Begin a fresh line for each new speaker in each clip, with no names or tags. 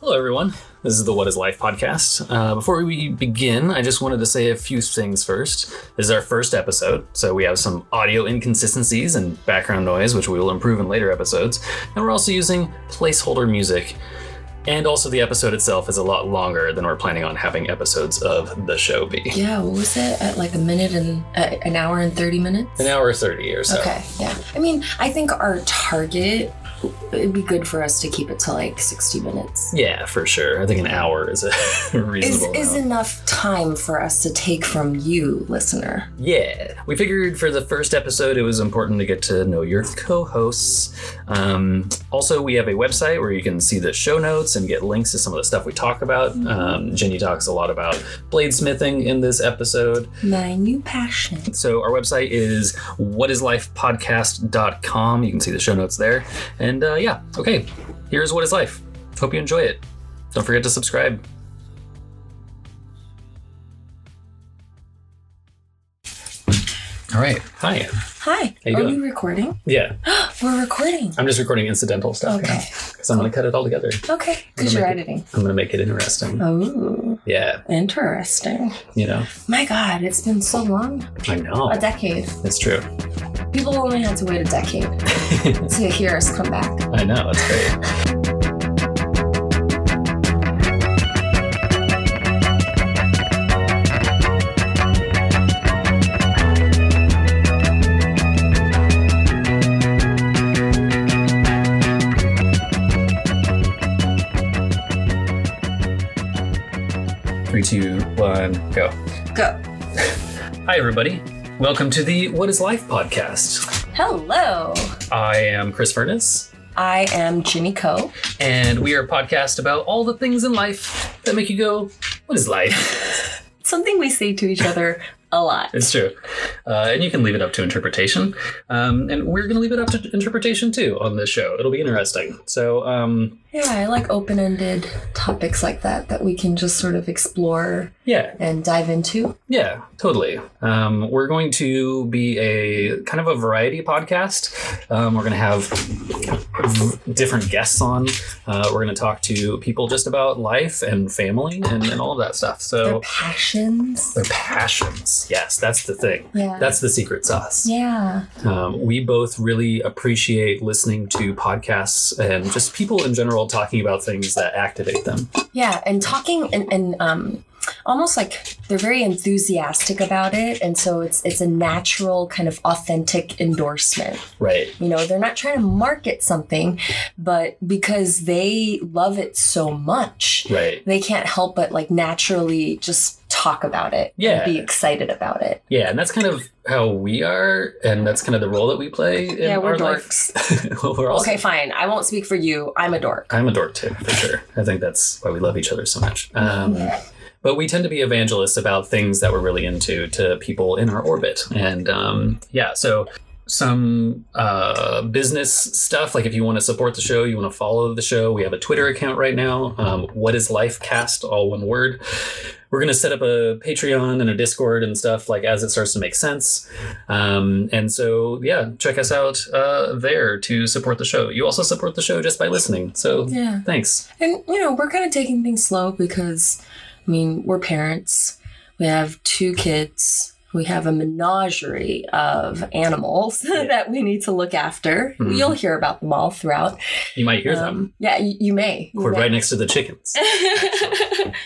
Hello, everyone. This is the What is Life podcast. Uh, before we begin, I just wanted to say a few things first. This is our first episode, so we have some audio inconsistencies and background noise, which we will improve in later episodes. And we're also using placeholder music. And also, the episode itself is a lot longer than we're planning on having episodes of the show be.
Yeah, what was it? At like a minute and uh, an hour and 30 minutes?
An hour 30 or so.
Okay, yeah. I mean, I think our target, it'd be good for us to keep it to like 60 minutes.
Yeah, for sure. I think an hour is a
Is,
reasonable
is
amount.
enough time for us to take from you, listener.
Yeah, we figured for the first episode it was important to get to know your co hosts. Um, also, we have a website where you can see the show notes and get links to some of the stuff we talk about. Um, Jenny talks a lot about bladesmithing in this episode.
My new passion.
So, our website is whatislifepodcast.com. You can see the show notes there. And uh, yeah, okay, here's What is Life. Hope you enjoy it. Don't forget to subscribe.
All right.
Hi.
Hi.
you
Are
doing?
we recording?
Yeah,
We're recording.
I'm just recording incidental stuff
Okay.
because I'm going to cut it all together.
Okay. Because
Gonna
you're
make
editing.
I'm going to make it interesting.
Oh,
Yeah,
interesting.
you know.
My God, it's been so long.
I know.
A decade.
It's true.
People only had to wait a decade to hear us come back.
I know. It's great. Three, two, one, go.
Go.
Hi, everybody. Welcome to the What is Life podcast.
Hello.
I am Chris Furness.
I am Ginny Coe.
and we are a podcast about all the things in life that make you go, "What is life?"
Something we say to each other a lot.
It's true, uh, and you can leave it up to interpretation. Um, and we're going to leave it up to interpretation too on this show. It'll be interesting. So, um,
Yeah, I like open ended topics like that that we can just sort of explore
yeah,
and dive into.
yeah, totally. Um, we're going to be a kind of a variety podcast. Um, we're going to have v- different guests on. Uh, we're going to talk to people just about life and family and, and all of that stuff.
Their
So.
passions.
Their passions. Yes, that's the thing.
Yeah.
That's the secret sauce.
yeah.
Um, we both really appreciate listening to podcasts and just people in general talking about things that activate them.
Yeah. And talking and, and um almost like they're very enthusiastic about it and so it's it's a natural kind of authentic endorsement
Right.
You know, they're not trying to market something, but because they love it so much,
Right.
they can't help but like naturally just talk about it
Yeah.
and be excited about it.
Yeah, and that's kind of how we are, and that's kind of the role that we play in
Yeah, we're
our life. Well, we're also,
Okay, fine. I won't speak for you. I'm a dork.
I'm a dork too, for sure. I think that's why we love each other so much. Um, But we tend to be evangelists about things that we're really into to people in our orbit. And um, yeah, so some uh, business stuff, like if you want to support the show, you want to follow the show, we have a Twitter account right now. Um, what is Lifecast? All one word. We're going to set up a Patreon and a Discord and stuff like as it starts to make sense. Um, and so, yeah, check us out uh, there to support the show. You also support the show just by listening. So
Yeah.
thanks.
And, you know, we're kind of taking things slow because, I mean, we're parents, we have two kids. We have a menagerie of animals that we need to look after.
Mhm.
You'll hear about them all throughout.
You might hear them.
Um, yeah, you, you may. You
We're
may.
right next to the chickens.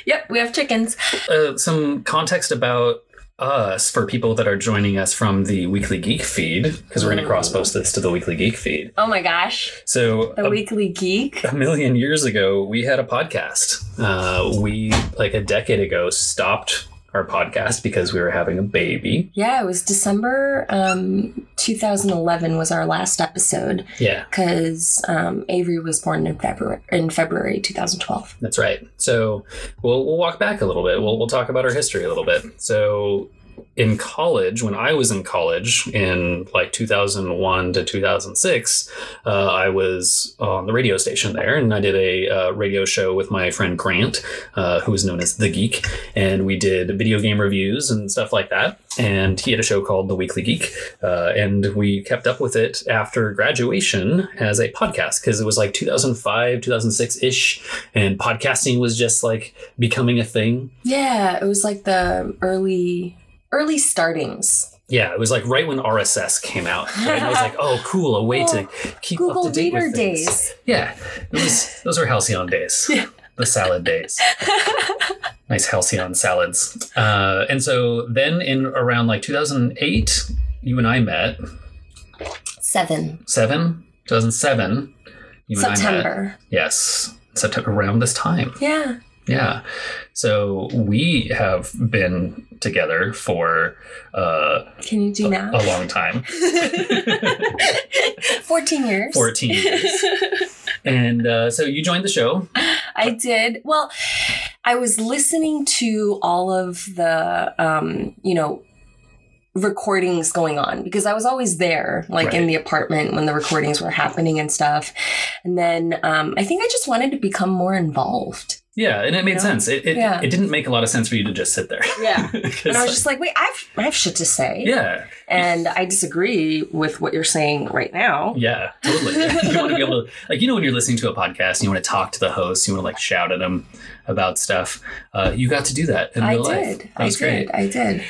yep, we have chickens.
uh, some context about us for people that are joining us from the Weekly Geek feed, because we're going to cross post this to the Weekly Geek feed.
Oh my gosh,
So,
the
a,
weekly geek.
a million years ago, we had a podcast. Uh, we, like a decade ago, stopped our podcast because we were having a baby.
Yeah, it was December um, 2011 was our last episode
Yeah.
because um, Avery was born in February in February 2012.
That's right. So we'll we'll walk back a little bit. We'll we'll talk about our history a little bit. So in college, when I was in college in like 2001 to 2006, uh, I was on the radio station there and I did a uh, radio show with my friend Grant, uh, who is known as The Geek. And we did video game reviews and stuff like that. And he had a show called The Weekly Geek. Uh, and we kept up with it after graduation as a podcast because it was like 2005, 2006 ish. And podcasting was just like becoming a thing.
Yeah, it was like the early early startings.
Yeah, it was like right when RSS came out. Right? And I was like, oh, cool, a way to keep
Google
up to date
Reader
with things.
days.
Yeah, it was. Those were halcyon days.
Yeah.
The salad days. nice halcyon salads. Uh, and so then in around like 2008, you and I met.
Seven.
Seven, 2007. You and I met.
September.
Yes, September around this time.
Yeah.
Yeah. So we have been together for uh,
Can you do now?
a long time.
14 years.
14 years. and uh, so you joined the show.
I did. Well, I was listening to all of the, um, you know, recordings going on because I was always there, like
Right.
in the apartment when the recordings were happening and stuff. And then um, I think I just wanted to become more involved.
Yeah, and it made
Yeah.
sense. It it,
Yeah.
it didn't make a lot of sense for you to just sit there.
Yeah.
'Cause,
And I
like,
was just like, wait, I've, I have shit to say.
yeah,
And I disagree with what you're saying right now.
yeah, totally. you want to be able to, like, you know, when you're listening to a podcast and you want to talk to the host, you want to like shout at them about stuff. Uh, you got to do that in
I
real life.
did.
That
I
was
did.
great.
I did.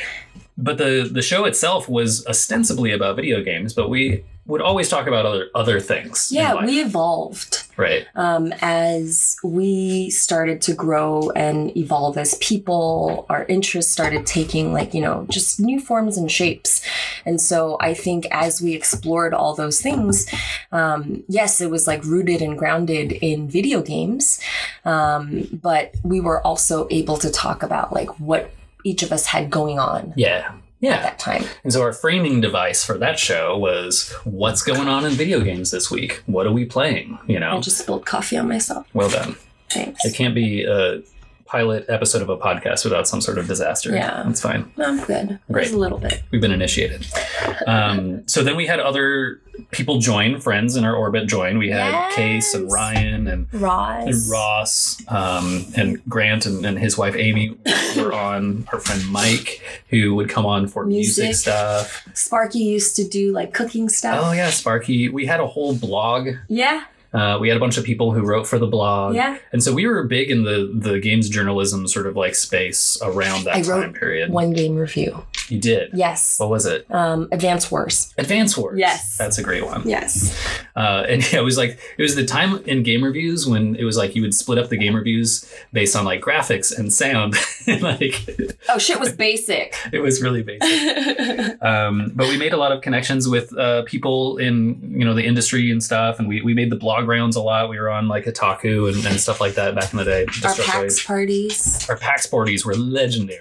But the the show itself was ostensibly about video games, but we would always talk about other other things. in
Yeah,
life,
we evolved.
right.
um, as we started to grow and evolve as people, our interests started taking like, you know, just new forms and shapes. And so I think as we explored all those things, um, yes, it was like rooted and grounded in video games. Um, but we were also able to talk about like what each of us had going on
Yeah.
at
Yeah.
that time.
And so our framing device for that show was what's going on in video games this week? What are we playing? You
I
know?
just spilled coffee on myself.
Well done.
Thanks.
It can't be a pilot episode of a podcast without some sort of disaster.
Yeah.
That's fine.
No, I'm good.
Great.
Just a little bit.
We've been initiated. Um, so then we had other people join, friends in our orbit join. We had
Yes.
Case and Ryan and,
Roz.
and Ross um, and Grant and, and his wife Amy were on. Our friend Mike, who would come on for music,
Music.
stuff.
Sparky used to do like cooking stuff.
Oh, yeah, Sparky. We had a whole blog.
Yeah,
Uh, we had a bunch of people who wrote for the blog.
yeah.
And so we were big in the, the games journalism sort of like space around that
I wrote
time period.
One game review.
You did.
Yes.
What was it?
Um, Advance Wars.
Advance Wars.
Yes.
That's a great one.
Yes.
Uh, and yeah, it was like, it was the time in game reviews when it was like you would split up the game reviews based on like graphics and sound. and like,
Oh shit was basic.
it was really basic. Um, but we made a lot of connections with uh, people in, you know, the industry and stuff. And we, we made the blog rounds a lot. We were on like Otaku and, and stuff like that back in the day.
Our
Destroy
PAX parties.
our PAX parties were legendary.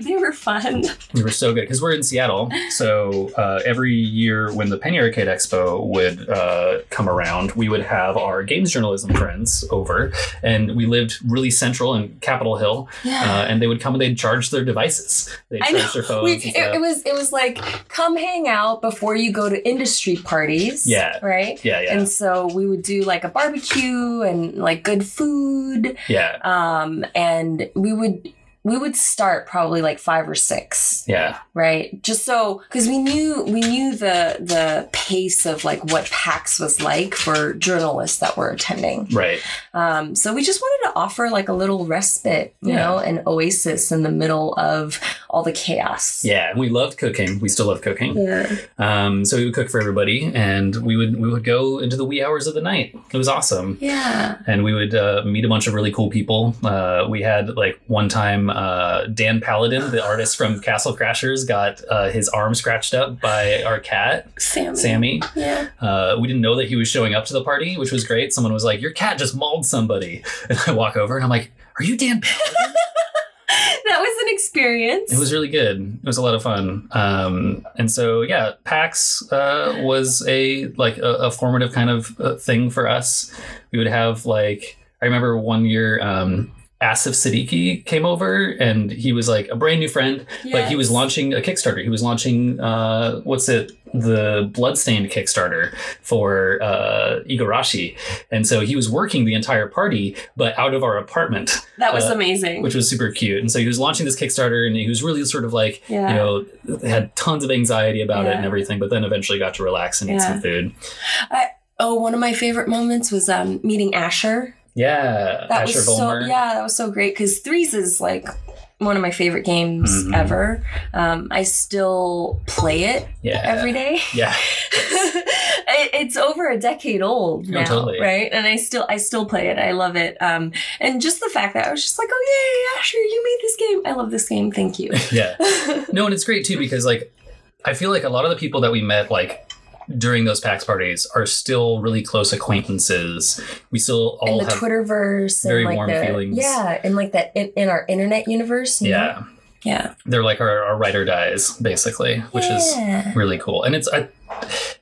they were fun.
We were so good because we're in Seattle. So uh, every year when the Penny Arcade Expo would uh, come around, we would have our games journalism friends over, and we lived really central in Capitol Hill. Uh,
Yeah.
and they would come and they'd charge their devices. They'd
I
charge
know.
their phones.
We,
and
it,
stuff.
it was it was like come hang out before you go to industry parties.
Yeah.
Right.
yeah, yeah,
And so we would do like a barbecue and like good food.
yeah,
Um, and we would we would start probably like five or six.
yeah,
right just so because we knew we knew the the pace of like what pax was like for journalists that were attending
right.
um, so we just wanted to offer like a little respite you
Yeah.
know an oasis in the middle of all the chaos
Yeah, and we loved cooking. We still love cooking.
yeah
Um, so we would cook for everybody, and we would we would go into the wee hours of the night. It was awesome.
yeah
and we would uh, meet a bunch of really cool people. Uh, we had like one time uh, Dan Paladin, the artist from Castle Crashers, got uh, his arm scratched up by our cat
sammy
Sammy.
yeah
Uh, we didn't know that he was showing up to the party, which was great. Someone was like, "Your cat just mauled somebody," and I walk over and I'm like, "Are you Dan?" Paladin?"
that was an experience
It was really good. It was a lot of fun. Um, and so yeah, PAX uh, was a like a, a formative kind of uh, thing for us. We would have like I remember one year um, Asif Siddiqui came over and he was like a brand new friend, but he was
Yes.
launching a Kickstarter. He was launching uh, what's it, the Bloodstained Kickstarter for uh, Igarashi, and so he was working the entire party, but out of our apartment,
That was
uh,
amazing.
which was super cute. And so he was launching this Kickstarter, and he was really sort of like
yeah.
you know had tons of anxiety about it and
Yeah.
everything, but then eventually got to relax and eat
Yeah.
some food.
oh, one of my favorite moments was um, meeting Asher.
Yeah,
That
Asher
was
Vollmer.
so yeah, that was so great because Threes is like one of my favorite games
Mhm.
ever. Um, I still play it
yeah,
every day.
yeah.
It- it's over a decade old
Oh,
now,
totally.
right? And I still I still play it. I love it. Um, and just the fact that I was just like, oh yeah, Asher, you made this game. I love this game. Thank you.
yeah no and it's great too because like i feel like a lot of the people that we met like during those pax parties are still really close acquaintances we still all
and the
have
Twitterverse
very
and like
warm
the,
feelings.
Yeah, and like that in, in our internet universe. you know?
yeah
Yeah.
they're like our, our ride or dies basically which is
Yeah.
really cool and it's I,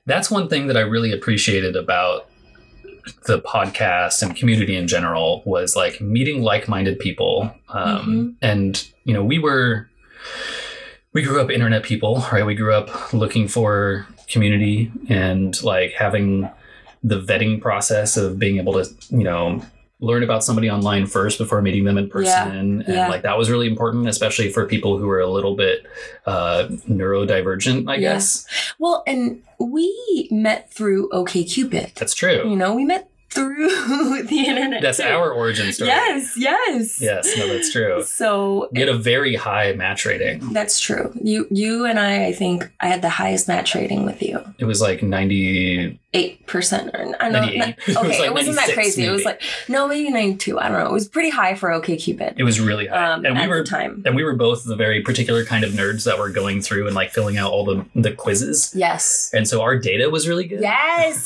that's one thing that i really appreciated about the podcast and community in general was like meeting like-minded people um,
Mm-hmm.
and you know we were we grew up internet people right we grew up looking for community and like having the vetting process of being able to you know learn about somebody online first before meeting them in person and
yeah.
like that was really important especially for people who are a little bit uh neurodivergent i
Yeah.
guess
Well, and we met through OKCupid.
that's true
You know, we met through the internet.
that's
too.
our origin story
Yes, yes.
yes no that's true
So
we had a very high match rating
that's true. You you and I I think I had the highest match rating with you.
it was like 90
eight percent or I don't
98
know.
It was
Okay, it,
like
was not
96
that crazy. It
maybe.
was like no, maybe ninety two. I don't know. It was pretty high for OKCupid.
it was really high
Um,
and we
at
were
the time.
and we were both the very particular kind of nerds that were going through and like filling out all the the quizzes
Yes.
and so our data was really good
Yes.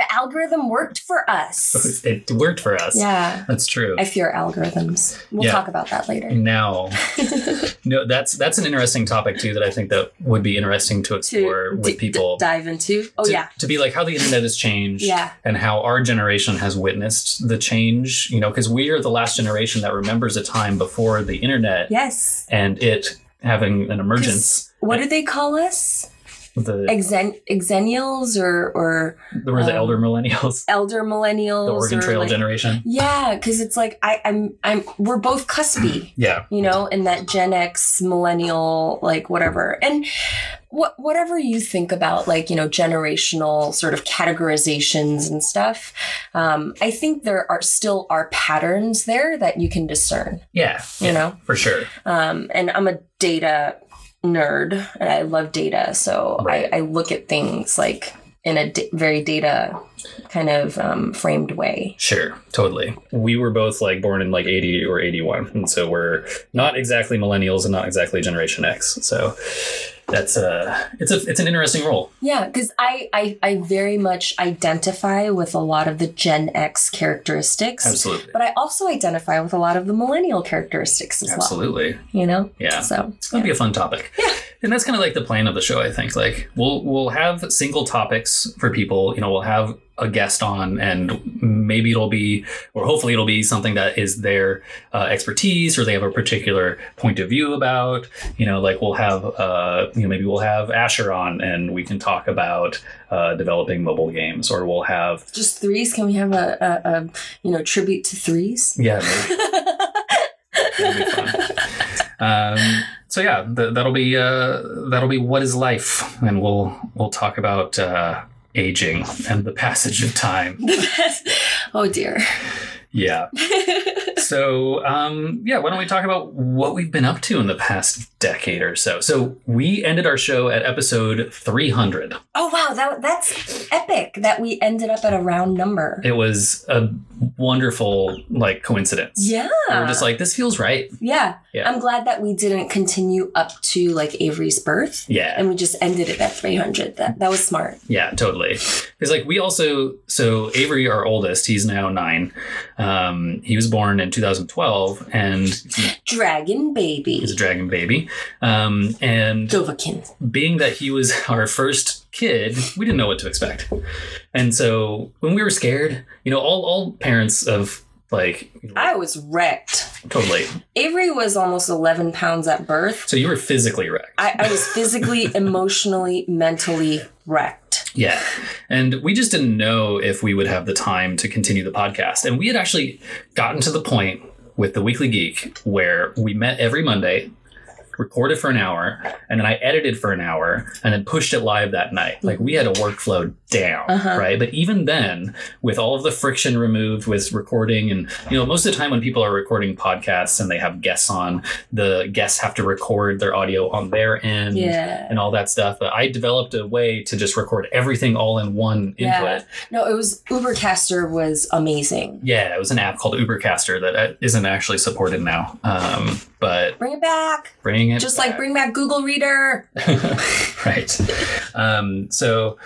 the algorithm worked for us.
it worked for us
Yeah.
that's true
I fear algorithms. We'll
Yeah. Mm,
talk about that later.
now no that's that's an interesting topic too that i think that would be interesting to explore with
d- d-
people
dive into. Oh
to,
yeah.
to be like how the internet has changed
Yeah.
and how our generation has witnessed the change you know because we are the last generation that remembers a time before the internet
Yes.
and it having an emergence
What do they call us?
the
Exen- exennials or or
we're the
um,
elder millennials
elder millennials
the Oregon
or
Trail
like-
generation.
Yeah, because it's like I, I'm I'm we're both cuspy.
Yeah.
you know, in that Gen X, millennial, like whatever. And what whatever you think about, like, you know, generational sort of categorizations and stuff, um, I think there are still are patterns there that you can discern,
Yeah.
you know?
For sure.
Um, and I'm a data nerd and I love data. So
Right.
I, I look at things like in a d- very data kind of um, framed way.
Sure. Totally. We were both like born in like 80 or 81. And so we're not exactly millennials and not exactly Generation X. So that's uh it's a it's an interesting role.
Yeah, because I, I I very much identify with a lot of the Gen X characteristics,
Absolutely.
but I also identify with a lot of the millennial characteristics as
Absolutely.
well. You know,
Yeah.
so
That'd be a fun topic. Yeah. And that's kind of like the plan of the show, I think. Like we'll we'll have single topics for people. You know, we'll have a guest on and maybe it'll be or hopefully it'll be something that is their uh, expertise or they have a particular point of view about. You know, like we'll have uh, you know, maybe we'll have Asher on and we can talk about uh, developing mobile games or we'll have
just threes. Can we have a, a, a you know tribute to threes?
yeah, maybe That'll be fun. um, so yeah, th- that'll be uh, that'll be what is life, and we'll we'll talk about uh, aging and the passage of time.
oh dear.
Yeah. So um, yeah, why don't we talk about what we've been up to in the past decade or so? So we ended our show at episode three hundred.
oh wow, that that's epic that we ended up at a round number.
It was a wonderful like coincidence.
yeah,
We were just like this feels right.
yeah.
Yeah.
I'm glad that we didn't continue up to like Avery's birth.
Yeah.
and we just ended it at 300 that that was smart
Yeah, totally. Because like we also so Avery, our oldest, he's now nine. Um, he was born in 2012, and he
dragon baby
is a dragon baby. Um, and
dovakin
being that he was our first kid, we didn't know what to expect. And so when we were scared, you know, all all parents of Like
I was wrecked.
totally.
Avery was almost 11 pounds at birth.
So you were physically wrecked.
I, I was physically, emotionally, mentally wrecked.
Yeah. And we just didn't know if we would have the time to continue the podcast. And we had actually gotten to the point with the Weekly Geek where we met every Monday, recorded for an hour, and then I edited for an hour and then pushed it live that night. Like we had a workflow down,
Uh-huh.
right? But even then, with all of the friction removed with recording and you know, most of the time when people are recording podcasts and they have guests on, the guests have to record their audio on their end
Yeah.
and all that stuff. But I developed a way to just record everything all in one input.
Yeah.
Yeah,
No, it was Ubercaster was amazing.
it was an app called Ubercaster that uh, isn't actually supported now. Um, but
Bring it back.
bringing it
Just like bring back Google Reader.
right. Um, so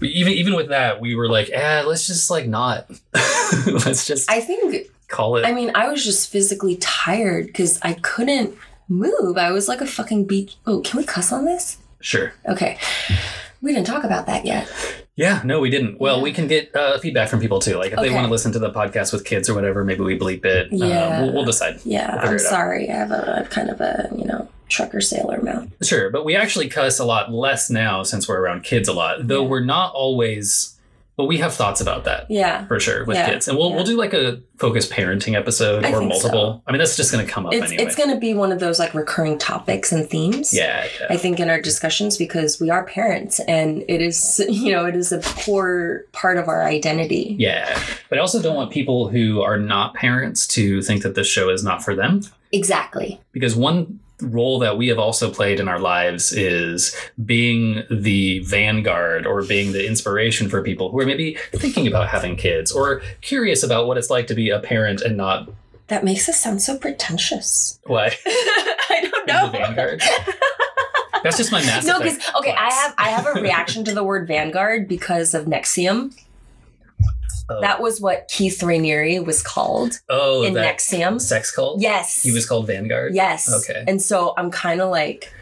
we, even even with that, we were like, eh, let's just like not. let's just
I think
call it.
I mean, I was just physically tired because I couldn't move. I was like a fucking beach. Oh, can we cuss on this?
sure.
Okay. We didn't talk about that yet.
Yeah. No, we didn't. Well, we can get uh, feedback from people too. Like if they
Okay.
want to listen to the podcast with kids or whatever, maybe we bleep it.
Yeah.
Uh, we'll, we'll decide.
Yeah,
Figure
I'm
it out.
sorry. I have a I have kind of a, you know, trucker sailor mouth.
Sure, but we actually cuss a lot less now since we're around kids a lot. Though
Yeah.
we're not always, but we have thoughts about that
Yeah.
for sure with
Yeah,
kids, and we'll
yeah.
we'll do like a focused parenting episode
I
or
think
multiple. I mean, that's just going to come up
It's
anyway.
it's going to be one of those like recurring topics and themes.
yeah, yeah.
I think in our discussions because we are parents and it is you know it is a core part of our identity.
yeah, but I also don't want people who are not parents to think that this show is not for them.
Exactly.
because one role that we have also played in our lives is being the vanguard or being the inspiration for people who are maybe thinking about having kids or curious about what it's like to be a parent and not
That makes us sound so pretentious.
what
I don't
being the
know.
vanguard. That's just my mass
no, because
effect.
okay, I
class.
have I have a reaction to the word vanguard because of Nexium.
Oh.
That was what Keith Rainieri was called
oh
in
that
Nexium.
sex cult.
Yes,
he was called vanguard.
Yes.
Okay.
And so I'm kind of like.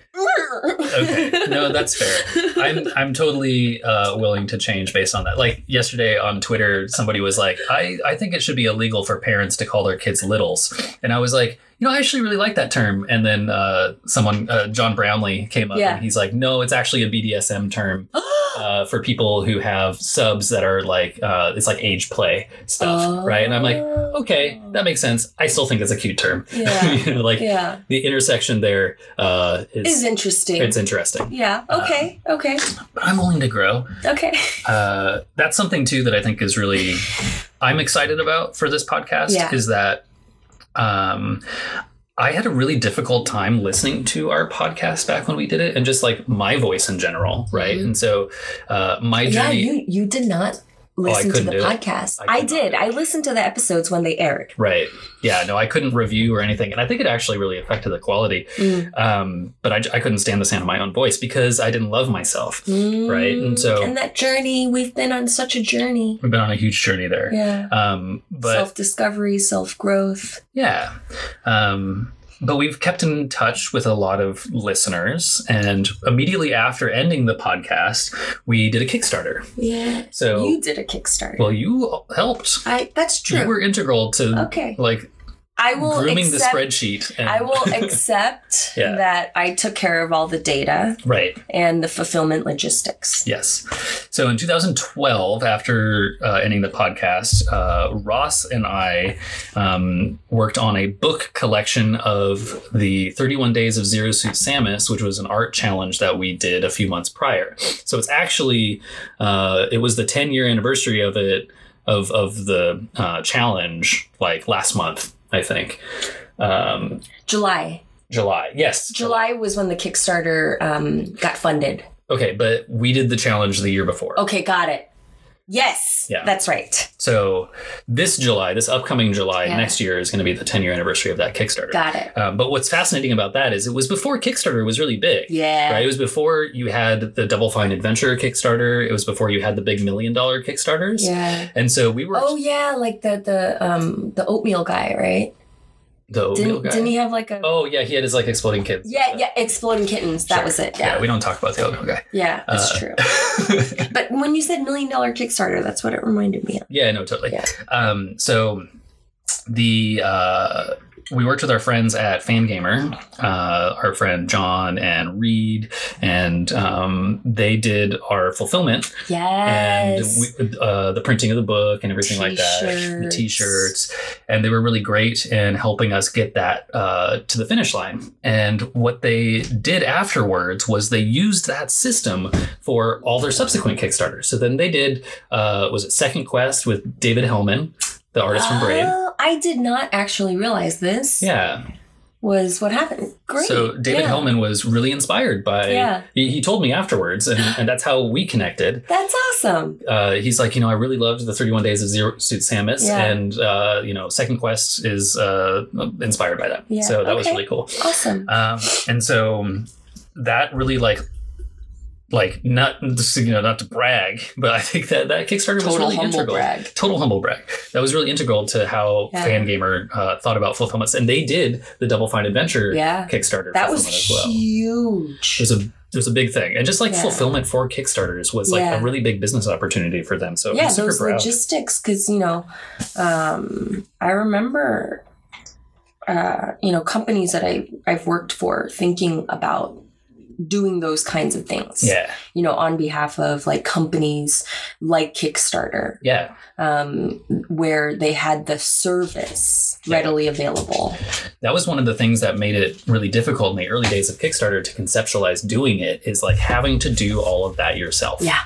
Okay. No, that's fair. I'm I'm totally uh, willing to change based on that. Like yesterday on Twitter, somebody was like, I, I think it should be illegal for parents to call their kids littles. And I was like, you know, I actually really like that term. And then uh, someone, uh, John Brownlee, came up
Yeah.
and he's like, no, it's actually a BDSM term uh, for people who have subs that are like, uh, it's like age play stuff, right? And I'm like, okay, that makes sense. I still think it's a cute term.
Oh. Yeah.
you know, like
yeah,
the intersection there uh,
is
is,
interesting.
it's uh, interesting.
yeah. Okay. okay.
But I'm willing to grow.
Okay.
Uh, that's something too that I think is really I'm excited about for this podcast
Yeah.
is that um I had a really difficult time listening to our podcast back when we did it and just like my voice in general, right?
Mhm.
And so uh my
Yeah,
journey Oh,
you you did not listen to
couldn't
the
do it.
podcast.
I
I,
could not
did.
do it.
I listened to the episodes when they aired.
Right. Yeah. No, I couldn't review or anything. And I think it actually really affected the quality. Um, but I, I couldn't stand the sound of my own voice because I didn't love myself. Right, and so-
Mm, and that journey we've been on such a journey.
We've been on a huge journey there.
Yeah.
Um, but
Self discovery, self growth.
Yeah. Um, but we've kept in touch with a lot of listeners. And immediately after ending the podcast, we did a Kickstarter.
Yeah.
So,
you did a Kickstarter.
well, you helped.
I that's true.
You were integral to
okay.
like
I will
grooming
accept,
the spreadsheet. And,
I will accept
Yeah.
that I took care of all the data
right.
and the fulfillment logistics.
Yes. So in 2012, after uh, ending the podcast, uh, Ross and I um, worked on a book collection of the 31 Days of Zero Suit Samus, which was an art challenge that we did a few months prior. So it's actually uh, it was the 10 year anniversary of it of of the uh, challenge, like last month, I think. Um,
July.
July. Yes.
July was when the Kickstarter um, got funded.
Okay, but we did the challenge the year before.
Okay, got it. Yes,
Yeah.
that's right.
So this July, this upcoming July
Yeah.
next year is going to be the 10 year anniversary of that Kickstarter.
Got it.
Um, but what's fascinating about that is it was before Kickstarter was really big.
Yeah.
Right? It was before you had the Double Fine Adventure Kickstarter. It was before you had the big million dollar Kickstarters.
Yeah.
And so we were
Oh yeah, like the the um the oatmeal guy, right?
the oatmeal
Didn't
guy.
didn't he have like a
oh yeah, he had his like exploding kids.
Yeah, yeah, exploding kittens. That
Sure.
was it.
Yeah, Uh,
Yeah.
we don't talk about the oatmeal guy.
Yeah, that's true. But when you said million dollar Kickstarter, that's what it reminded me of.
Yeah, no, totally.
Yeah.
Um, so the uh, we worked with our friends at Fangamer, uh, our friend John and Reed, and um, they did our fulfillment
Yes.
and we, uh, the printing of the book and everything like that, the
T-shirts.
T-shirts, and they were really great in helping us get that uh, to the finish line. And what they did afterwards was they used that system for all their subsequent Kickstarters. So then they did uh, was it Second Quest with David Hellman, the artist from Braid.
Oh, I did not actually realize this
Yeah.
was what happened. Great.
So David
yeah.
Hellman was really inspired by.
Yeah.
He, he told me afterwards, and, and that's how we connected.
That's awesome.
Uh, he's like, you know, I really loved the 31 Days of Zero Suit Samus,
Yeah.
and uh, you know, Second Quest is uh, inspired by that.
Yeah,
So that was
okay.
really cool.
Awesome.
Um, and so that really like. Like not just, you know not to brag, but I think that that Kickstarter was
Total
really
humble
integral.
brag.
Total humble brag. That was really integral to how
Yeah.
Fangamer uh, thought about fulfillments, and they did the Double Fine Adventure
Yeah.
Kickstarter.
That was
fulfillment as well it
huge.
was a it was a big thing, and just like
Yeah.
fulfillment for Kickstarters was like
Yeah.
a really big business opportunity for them. So
yeah,
I'm super
those
proud.
logistics, because you know, um, I remember, uh, you know, companies that I I've worked for thinking about doing those kinds of things.
yeah,
You know, on behalf of like companies like Kickstarter,
yeah,
um, where they had the service
Yeah.
readily available.
that was one of the things that made it really difficult in the early days of Kickstarter to conceptualize doing it is like having to do all of that yourself.
Yeah.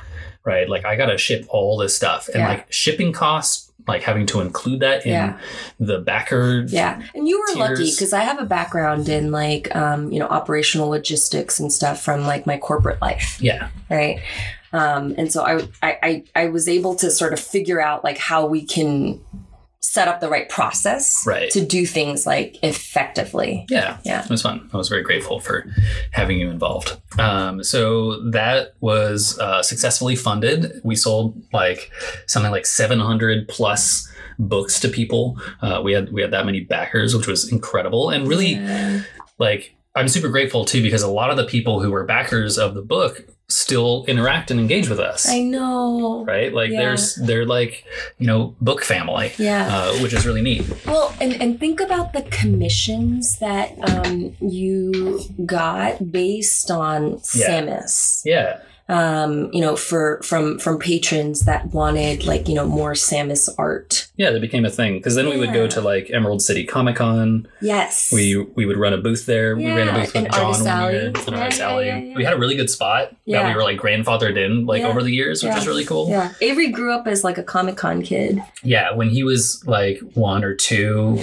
right. Like I gotta ship all this stuff, and
Yeah.
like shipping costs, like having to include that in
Yeah.
the backer.
Yeah, and you were lucky
Tears.
because I have a background in like um, you know operational logistics and stuff from like my corporate life,
yeah,
right? Um, and so I, I I I was able to sort of figure out like how we can set up the right process
Right.
to do things like effectively.
yeah.
Yeah.
It was fun. I was very grateful for having you involved. Um, so that was uh, successfully funded. We sold like something like 700 plus books to people. Uh, we had we had that many backers, which was incredible, and really
Yeah.
like I'm super grateful too because a lot of the people who were backers of the book still interact and engage with us.
I know.
Right, like
Yeah.
there's they're like you know book family,
Yeah.
uh, which is really neat.
Well, and, and think about the commissions that um, you got based on
Yeah.
Samus.
Yeah,
um, you know, for from from patrons that wanted like you know more Samus art.
yeah, that became a thing because then we would go
Yeah.
to like Emerald City Comic Con.
Yes,
We we would run a booth there. we ran a
Yeah,
booth with
and
John
Artist
one
Alley.
year. and
Yeah,
Artist
yeah,
Alley.
yeah, yeah.
We had a really good spot that we
Yeah.
were like grandfathered in like
Yeah.
over the years, which
Yeah.
was really cool. Yeah.
yeah. Avery grew up as like a Comic Con kid.
when he was like one or two,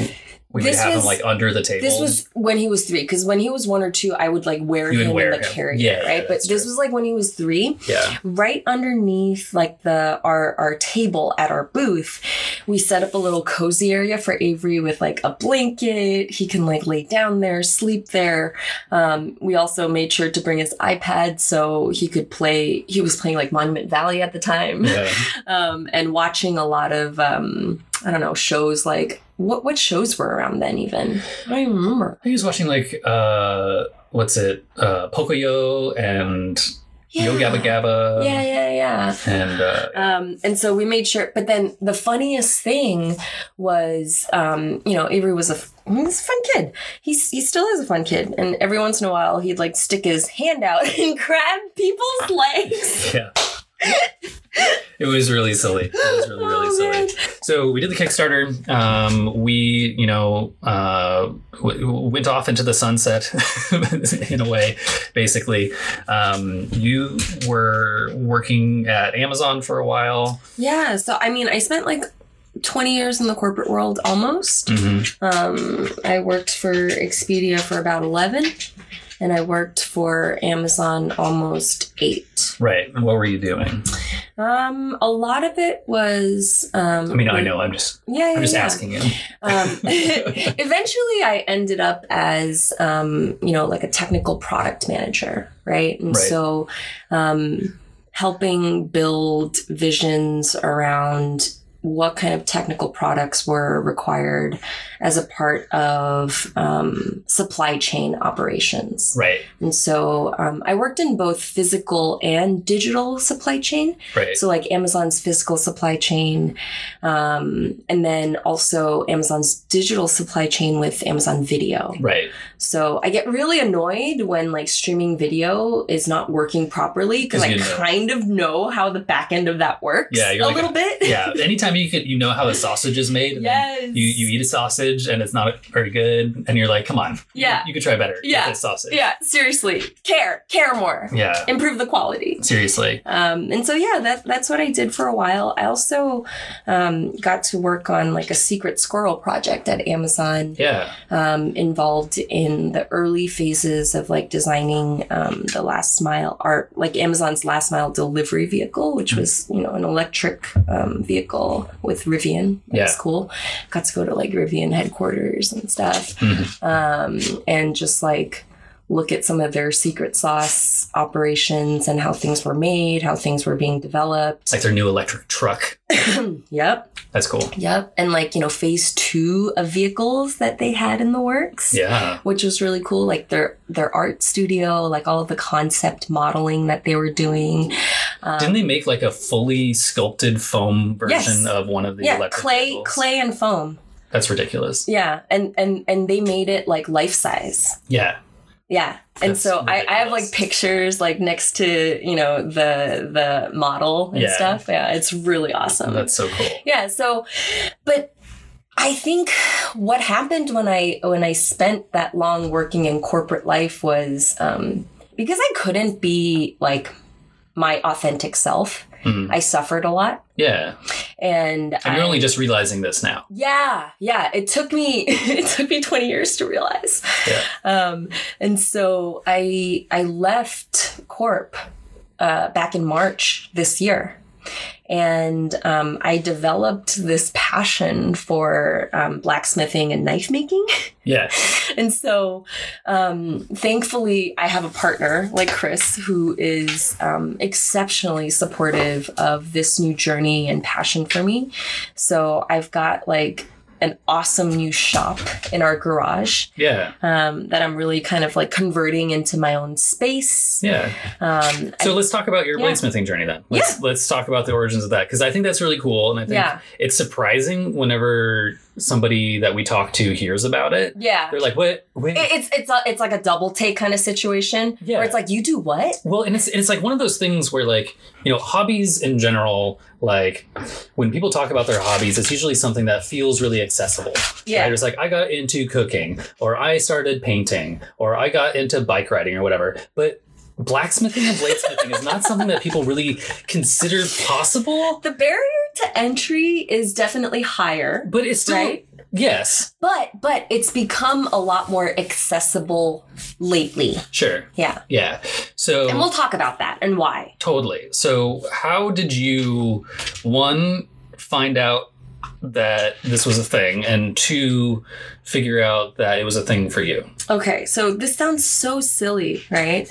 we
This
would have him
was-
like under the table.
This was when he was three, because when he was one or two, I would like wear
You would
him
wear
in the
him.
carrier,
Yeah, yeah,
right? but
that's
this
true.
was like when he was three,
yeah,
right underneath like the our our table at our booth. We set up a little cozy area for Avery with like a blanket. He can like lay down there, sleep there. Um, we also made sure to bring his iPad so he could play. He was playing like Monument Valley at the time
yeah.
um, and watching a lot of um, I don't know shows like what what shows were around then even I don't even remember.
He was watching like uh, what's it, uh, Pocoyo and Yo Gabba Gabba,
Yeah, yeah, yeah.
and uh,
Um, and so we made sure. But then the funniest thing was, um, you know, Avery was a f- he was a fun kid. He's he still is a fun kid, and every once in a while he'd like stick his hand out and grab people's legs.
yeah. It was really silly. It was really, really
Oh,
silly.
man.
So we did the Kickstarter. Um, we, you know, uh, w- went off into the sunset in a way, basically. Um, you were working at Amazon for a while.
Yeah. So I mean, I spent like. 20 years in the corporate world almost. Um, I worked for Expedia for about 11 and I worked for Amazon almost 8.
Right. And what were you doing?
Um, a lot of it was um
I mean, I know. I'm just,
Yeah, yeah,
I'm just
yeah.
asking you.
Um, eventually, I ended up as, um, you know, like a technical product manager, right? And
Right.
so um, helping build visions around what kind of technical products were required as a part of um, supply chain operations.
Right.
And so um, I worked in both physical and digital supply chain.
Right.
So, like Amazon's physical supply chain, um, and then also Amazon's digital supply chain with Amazon Video.
right.
So I get really annoyed when like streaming video is not working properly because
'Cause
I
you know.
kind of know how the back end of that works.
Yeah, you're
a
like,
little bit.
Yeah. Anytime you could, you know how a sausage is made. and then
yes.
You, you eat a sausage and it's not very good, and you're like, come on.
Yeah.
You could try better.
Yeah.
With this sausage.
Yeah. Seriously, care, care more,
Yeah.
improve the quality.
Seriously.
Um, and so yeah, that that's what I did for a while. I also um, got to work on like a secret squirrel project at Amazon.
Yeah.
um, involved in the early phases of like designing um, the last mile art, like Amazon's last mile delivery vehicle, which was you know an electric um, vehicle with Rivian. That was
Yeah.
cool. Got to go to like Rivian headquarters and stuff,
Mhm.
um, and just like look at some of their secret sauce operations and how things were made, how things were being
It's
developed.
like their new electric truck.
yep.
That's cool.
Yep. And like, you know, phase two of vehicles that they had in the works.
Yeah.
Which was really cool, like their their art studio, like all of the concept modeling that they were doing. Um,
Didn't they make like a fully sculpted foam version
Yes.
of one of the
yeah,
electric
clay,
vehicles?
clay and foam.
That's ridiculous.
Yeah, and and and they made it like life size.
Yeah.
Yeah. And
That's
so I, I have
ridiculous.
like pictures like next to, you know, the the model and
Yeah.
stuff. Yeah, it's really awesome.
That's so cool.
yeah so but i think what happened when i when i spent that long working in corporate life was um because i couldn't be like my authentic self
Mm.
i suffered a lot
Yeah.
and,
And
I,
you're only just realizing this now.
yeah yeah it took me it took me 20 years to realize
Yeah.
um and so i i left corp uh back in march this year and um, I developed this passion for um, blacksmithing and knife making.
Yeah.
And so, um, thankfully, I have a partner like Chris who is um, exceptionally supportive of this new journey and passion for me. So, I've got like an awesome new shop in our garage
Yeah.
um, that I'm really kind of like converting into my own space.
Yeah.
Um,
So let's talk about your
Yeah.
bladesmithing journey then. Let's let's talk about the origins of that because I think that's really cool and I think
Yeah.
it's surprising whenever somebody that we talk to hears about it.
yeah.
They're like, "What? Wait."
It- It's it's a, it's like a double take kind of situation
Yeah.
where it's like you do what?
well, and it's and it's like one of those things where like, you know, hobbies in general, like when people talk about their hobbies, it's usually something that feels really accessible.
Yeah.
Right? It's like I got into cooking, or I started painting, or I got into bike riding, or whatever. But blacksmithing and bladesmithing is not something that people really consider possible.
The barrier to entry is definitely higher,
But it's still
right?
yes,
But but it's become a lot more accessible lately.
sure,
Yeah.
yeah. So
And we'll talk about that and why.
totally. So how did you one find out? that this was a thing and two figure out that it was a thing for you
Okay, so this sounds so silly, right?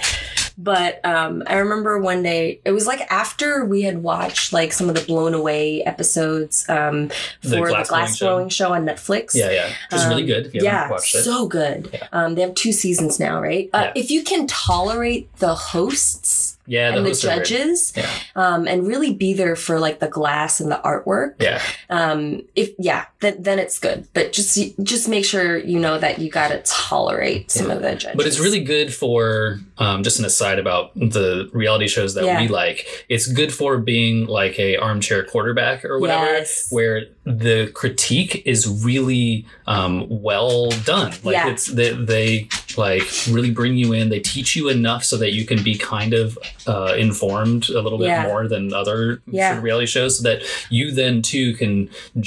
But um, I remember one day it was like after we had watched like some of the blown away episodes um, for
The
the
Glass
glass,
Blowing Show.
blowing show. on Netflix.
yeah yeah which is really
Um,
good if you
yeah,
haven't watched it
so good.
Yeah.
Um, they have two seasons now, right? Uh,
Yeah.
If you can tolerate the hosts
yeah
and the
hosts are great.
judges
Yeah.
um, and really be there for like the glass and the artwork
yeah
um, if yeah then, then it's good but just just make sure you know that you gotta tolerate some
Yeah.
of the judges
But it's really good for um, just an aside about the reality shows that
Yeah.
we like. It's good for being like a armchair quarterback or whatever,
Yes.
where the critique is really um, well done. Like
Yeah.
it's they, they like really bring you in. They teach you enough so that you can be kind of uh, informed a little bit
Yeah.
more than other
Yeah.
sort of reality shows, so that you then too can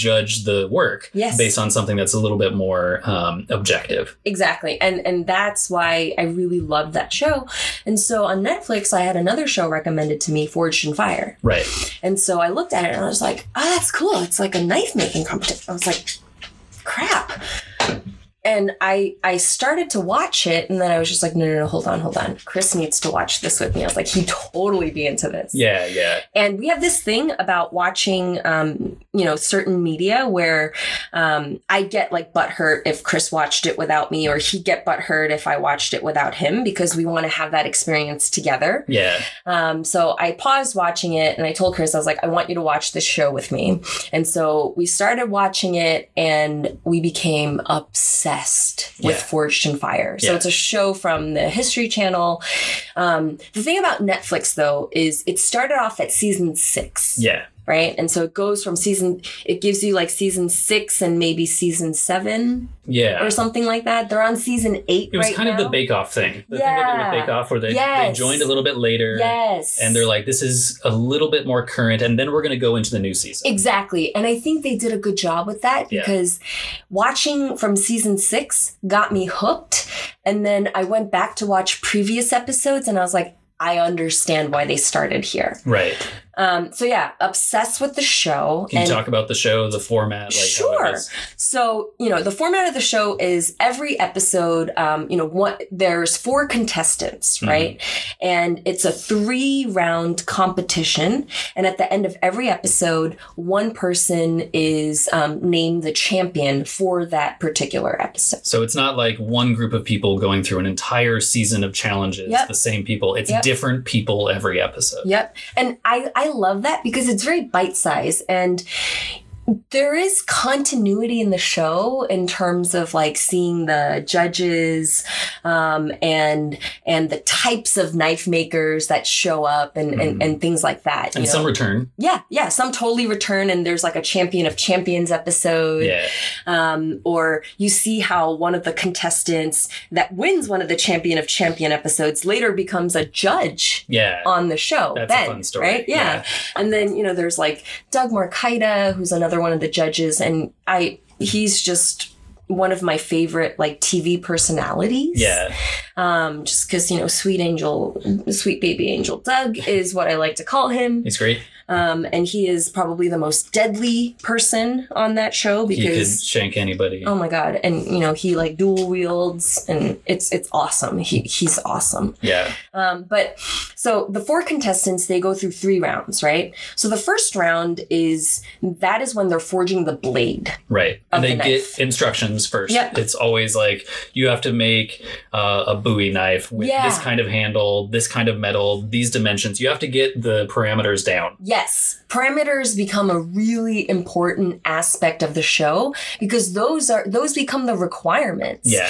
judge the work
Yes.
based on something that's a little bit more um, objective.
exactly and and that's why i really loved that show and so on netflix i had another show recommended to me forged in fire
Right.
and so i looked at it and i was like oh that's cool it's like a knife making competition i was like crap and I I started to watch it, and then I was just like, no, no, no, hold on, hold on. Chris needs to watch this with me. I was like, he'd totally be into this.
Yeah, yeah.
And we have this thing about watching, um, you know, certain media where um, I get like butthurt if Chris watched it without me, or he'd get butthurt if I watched it without him, because we want to have that experience together.
Yeah.
Um, so I paused watching it and I told Chris, I was like, I want you to watch this show with me. And so we started watching it and we became obsessed with
Yeah.
Forged in Fire. So
Yeah.
it's a show from the History Channel. Um, the thing about Netflix though is it started off at season six
Yeah.
right? And so it goes from season, it gives you like season six and maybe season seven
Yeah.
or something like that. They're on season eight
It was
right
kind of
now.
the Bake Off thing. The thing they did
Yeah.
with Bake Off where they,
Yes.
they joined a little bit later.
yes,
And they're like, this is a little bit more current, and then we're going to go into the new season.
exactly. And I think they did a good job with that
Yeah.
because watching from season six got me hooked, and then I went back to watch previous episodes, and I was like. I understand why they started here.
right.
Um, so yeah, obsessed with the show.
Can you
and
talk about the show, the format? Like How it
Sure.
is?
So, you know, the format of the show is every episode, um, you know, one, there's four contestants,
Mhm.
right? And it's a three round competition. And at the end of every episode, one person is um, named the champion for that particular episode.
So it's not like one group of people going through an entire season of challenges,
Yep.
the same people. It's
Yep.
different people every episode.
Yep. And I, I love that because it's very bite size and there is continuity in the show in terms of like seeing the judges um, and and the types of knife makers that show up and and, and things like that. you
Mm-hmm. And
know?
some return.
yeah, yeah, some totally return and there's like a champion of champions episode
Yeah.
um, or you see how one of the contestants that wins one of the champion of champion episodes later becomes a judge
Yeah.
on the show.
That's
Ben,
a fun story.
right? Yeah. And then you know, there's like Doug Markaida, who's another one of the judges, and I he's just one of my favorite like TV personalities.
Yeah. Yeah.
Um, just because you know, sweet angel, sweet baby angel, Doug is what I like to call him.
It's great.
Um, and he is probably the most deadly person on that show
He could
because.
shank anybody.
Oh my god! And you know he like dual wields, and it's it's awesome. He he's awesome.
Yeah.
Um, but so the four contestants, they go through three rounds, right? So the first round is that is when they're forging the blade.
Right. And
Of
they
the
get
knife.
instructions first.
Yep.
It's always like you have to make uh, a Bowie knife with
Yeah.
this kind of handle, this kind of metal, these dimensions. You have to get the parameters down.
Yes, parameters become a really important aspect of the show because those are those become the requirements.
Yeah.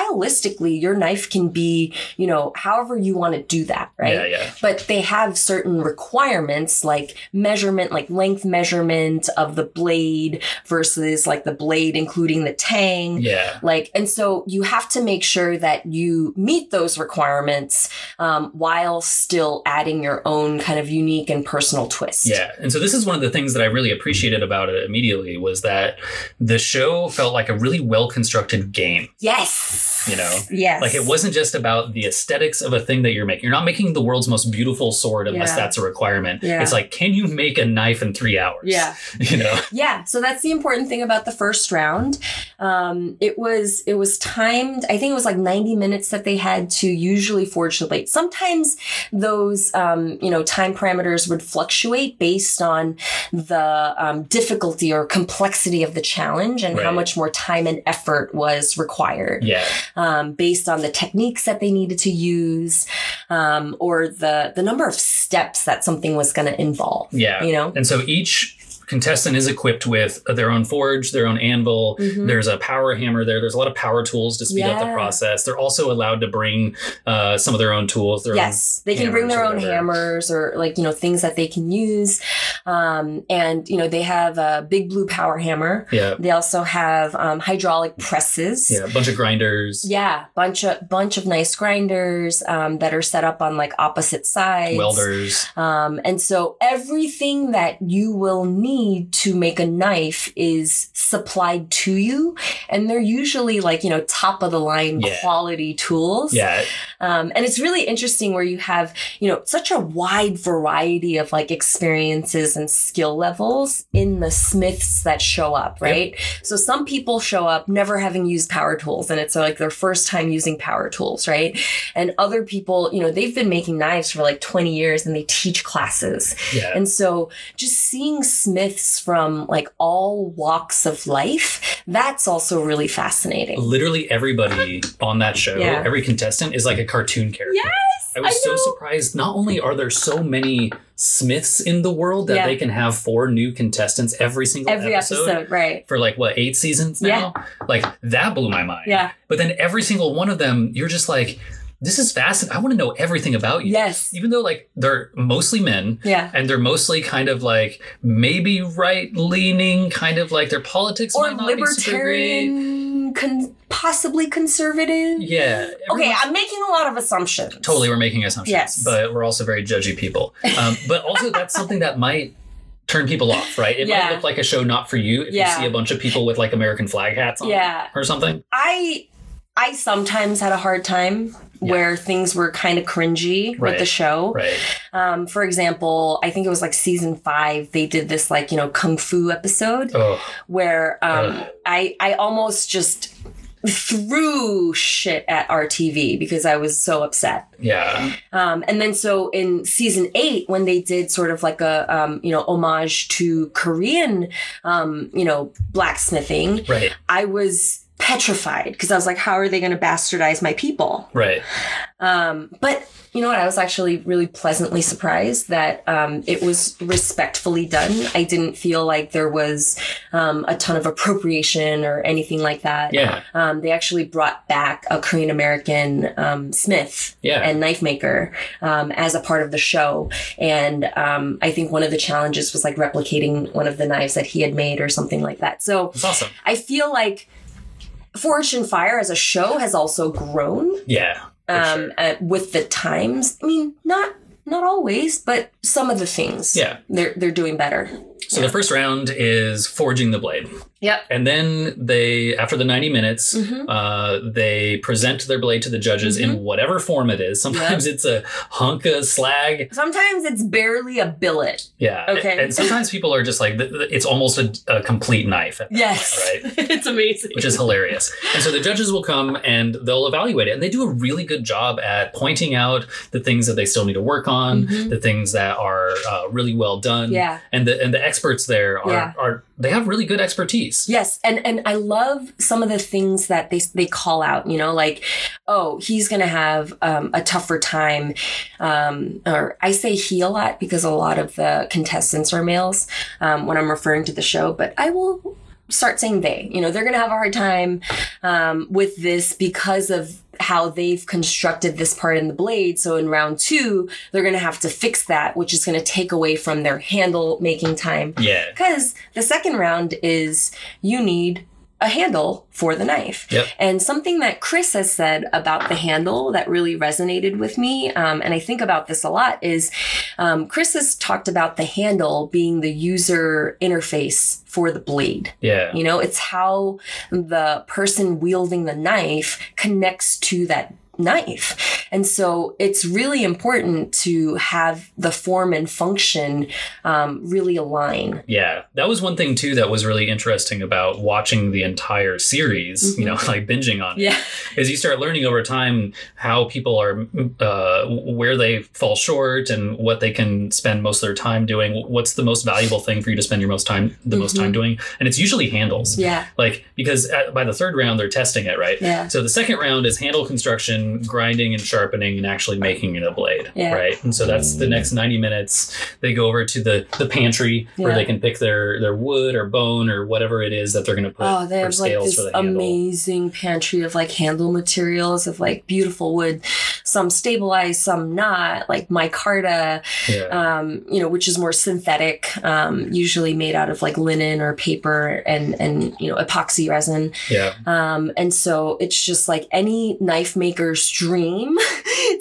Stylistically, your knife can be, you know, however you want to do that, right?
Yeah. Yeah.
but they have certain requirements like measurement like length measurement of the blade versus like the blade including the tang
Yeah.
like and so you have to make sure that you meet those requirements um, while still adding your own kind of unique and personal twist
Yeah. And so this is one of the things that I really appreciated about it immediately was that the show felt like a really well constructed game.
yes
You know,
yes
Like it wasn't just about the aesthetics of a thing that you're making. You're not making the world's most beautiful sword unless
Yeah.
that's a requirement.
Yeah.
It's like, can you make a knife in three hours?
yeah
You know?
yeah so that's the important thing about the first round um, it was it was timed i think it was like 90 minutes that they had to usually forge the blade sometimes those um, you know time parameters would fluctuate based on the um, difficulty or complexity of the challenge and how
Right.
much more time and effort was required
Yeah.
um, based on the techniques that they needed to use um, or the the number of steps that something was going to involve
Yeah.
you know
And so each contestant is equipped with their own forge, their own anvil.
Mhm.
There's a power hammer there. There's a lot of power tools to speed up the
Yeah.
process. They're also allowed to bring uh, some of their own tools. Their
yes they can bring
hammers or
their own
whatever.
hammers or like you know things that they can use um, and you know they have a big blue power hammer
Own, yeah.
they also have um, hydraulic presses
Yeah. A bunch of grinders.
Yeah, bunch of bunch of nice grinders um, that are set up on like opposite sides.
Welders.
Um, and so everything that you will need to make a knife is supplied to you. And they're usually like, you know, top of the line
Yeah.
quality tools.
Yeah,
Um, and it's really interesting where you have, you know, such a wide variety of like experiences and skill levels in the smiths that show up, right? So some people show up never having used power tools and it's uh, like their first time using power tools, right? And other people, you know, they've been making knives for like 20 years and they teach classes.
yeah.
And so just seeing smiths from like all walks of life, that's also really fascinating.
Literally everybody on that show,
Yeah.
every contestant is like a cartoon character.
Yes,
I was
I
so
know.
surprised. Not only are there so many Smiths in the world that
Yeah.
they can have four new contestants every single
Every episode right.
for like what eight seasons now. Like that blew my mind.
Yeah.
But then every single one of them, you're just like, this is fascinating. I want to know everything about you.
Yes.
Even though like they're mostly men.
Yeah.
And they're mostly kind of like maybe right leaning, kind of like their politics
or
might not be super great.
libertarian, con- possibly conservative.
Yeah.
Okay,
everyone's-
I'm making a lot of assumptions.
totally we're making assumptions
Yes.
but we're also very judgy people um, but also that's something that might turn people off right it
Yeah.
might look like a show not for you if
Yeah.
you see a bunch of people with like american flag hats on
Yeah.
or something
I I sometimes had a hard time
Yeah.
where things were kind of cringy with
Right.
the show.
right
Um, for example, I think it was like season five. They did this like you know kung fu episode
oh
where um,
Ugh.
I I almost just threw shit at our TV because I was so upset.
yeah
Um, and then so in season eight, when they did sort of like a um, you know homage to Korean um, you know blacksmithing,
right
I was petrified because I was like, how are they going to bastardize my people?
right
Um, but you know what? I was actually really pleasantly surprised that um, it was respectfully done. I didn't feel like there was um, a ton of appropriation or anything like that.
yeah
Um, they actually brought back a Korean American um, smith
yeah
and knife maker um, as a part of the show and um, i think one of the challenges was like replicating one of the knives that he had made or something like that so
it's awesome
i feel like forge and fire as a show has also grown
yeah for
um,
sure.
uh, with the times i mean not not always but some of the things
Yeah.
they're they're doing better
So the first round is forging the blade,
yep
and then they, after the ninety minutes,
Mhm.
uh, they present their blade to the judges
Mm-hmm.
in whatever form it is. Sometimes it's a hunk of slag,
sometimes it's barely a billet
Yeah.
Okay.
And, sometimes people are just like, th- th- it's almost a, a complete knife,
yes it's amazing
which is hilarious. And so the judges will come and they'll evaluate it. And they do a really good job at pointing out the things that they still need to work on,
Mhm.
the things that are uh, really well done.
yeah
And the, and the experts there are,
Yeah.
are they have really good expertise.
Yes, and and I love some of the things that they they call out. You know, like, oh, he's gonna have um, a tougher time. Um, or I say he a lot because a lot of the contestants are males um, when I'm referring to the show, but I will start saying they. You know, they're gonna have a hard time um, with this because of how they've constructed this part in the blade. So in round two, they're gonna have to fix that, which is gonna take away from their handle making time.
Yeah.
Because the second round is you need a handle for the knife.
Yep.
And something that Chris has said about the handle that really resonated with me, um, and I think about this a lot, is um, Chris has talked about the handle being the user interface for the blade.
Yeah.
You know, it's how the person wielding the knife connects to that knife. And so it's really important to have the form and function um, really align.
Yeah, that was one thing too that was really interesting about watching the entire series, you know, like binging on it.
Mm-hmm. Yeah.
is you start learning over time how people are uh, where they fall short and what they can spend most of their time doing what's the most valuable thing for you to spend your most time the most time doing and it's usually handles
Mm-hmm. Yeah.
like because at, by the third round they're testing it right
Yeah.
so the second round is handle construction grinding and sharpening and actually making it a blade
Yeah.
right and so that's the next 90 minutes they go over to the the pantry where
Yeah.
they can pick their their wood or bone or whatever it is that they're going to put
Oh, they
for
have like
scales
this
for the handle
amazing pantry of like handle materials of like beautiful wood, some stabilized, some not, like micarta,
yeah.
um, you know, which is more synthetic, um, usually made out of like linen or paper and and you know epoxy resin.
yeah
Um, and so it's just like any knife maker's dream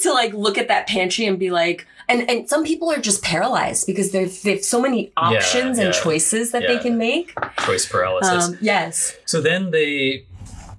to like look at that pantry and be like, and and some people are just paralyzed because they've they've so many options
yeah.
and choices that they
Yeah.
can make.
choice paralysis.
uh, Um, yes.
So then they,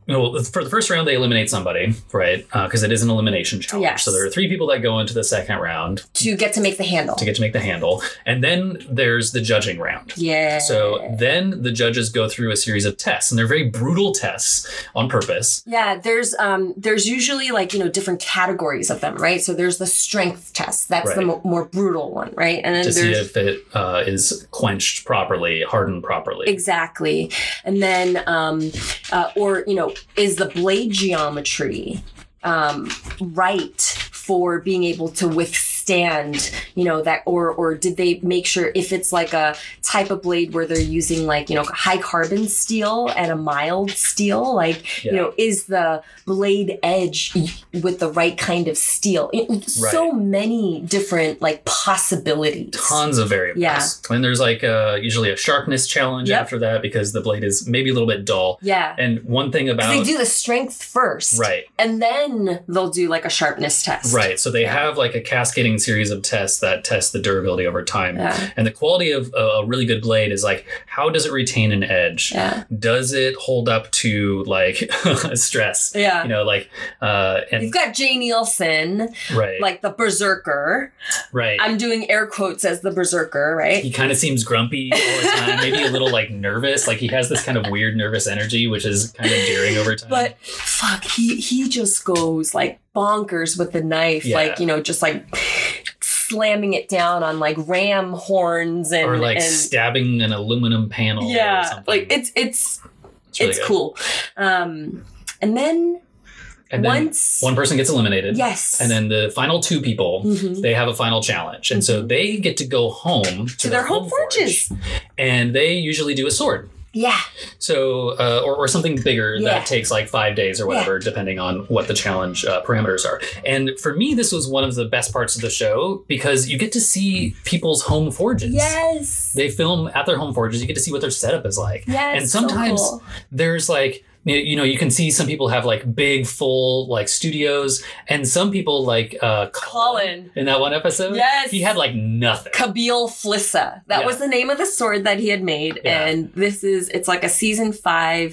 well, for the first round they eliminate somebody, right? Because it is an elimination challenge.
Yes.
So there are three people that go into the second round
To get to make the handle.
to get to make the handle, and then there's the judging round.
yeah.
So then the judges go through a series of tests, and they're very brutal tests on purpose.
Yeah, there's um there's usually like, you know, different categories of them, right? So there's the strength test. That's the
Right.
mo- more brutal one, right? And then
To see
there's
if it uh, is quenched properly, hardened properly.
exactly. And then um uh, or, you know, is the blade geometry um right for being able to withstand, you know, that or or did they make sure if it's like a type of blade where they're using like, you know, high carbon steel and a mild steel, like you
Yeah.
know is the blade edge with the right kind of steel It- so many different like possibilities
tons of variables.
Yeah.
And there's like uh, usually a sharpness challenge
Yep.
after that because the blade is maybe a little bit dull.
yeah
And one thing
'Cause
about
they do the strength first
right,
and then they'll do like a sharpness test
right, so they have like a cascading series of tests that test the durability over time.
yeah
And the quality of a- a really good blade is like how does it retain an edge?
yeah
Does it hold up to like stress?
yeah
You know, like uh, and
You've got Jay Nielsen,
right,
like the berserker.
right.
I'm doing air quotes as the berserker,
he
right?
kind of seems grumpy all the time, maybe a little like nervous. Like he has this kind of weird nervous energy, which is kind of daring over time.
But fuck, he he just goes like bonkers with the knife,
Yeah.
like you know, just like slamming it down on like ram horns and
or like
and,
stabbing an aluminum panel. or
yeah
something.
like it's it's it's,
really good.
cool um and then
And then
once
one person gets eliminated.
yes
And then the final two people,
Mhm.
they have a final challenge, and so they get to go home to,
Mm-hmm. their home
forge,
forges.
and they usually do a sword.
yeah
So, uh, or, or something bigger
Yeah.
that takes like five days or whatever, depending on what the challenge uh, parameters are. And for me, this was one of the best parts of the show because you get to see people's home forges.
yes
They film at their home forges. You get to see what their setup is like.
yes
and
so
sometimes
cool.
there's like you you know you can see some people have like big full like studios and some people like uh
Colin.
in that one episode
Yes.
he had like nothing
Kabil Flissa. That
Yeah.
was the name of the sword that he had made.
Yeah.
And this is, it's like a season five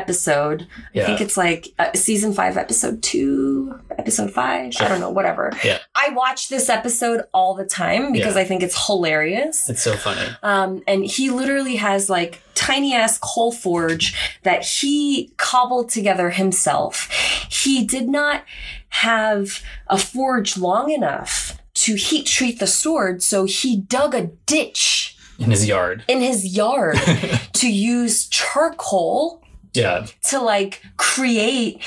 episode. I
yeah
think it's like uh, season five, episode two, episode five. I don't know, whatever.
Yeah.
I watch this episode all the time because
Yeah.
I think it's hilarious.
it's so funny
Um, and he literally has like tiny ass coal forge that he cobbled together himself. He did not have a forge long enough to heat treat the sword, so he dug a ditch
in his yard
in his yard to use charcoal
yeah
to like create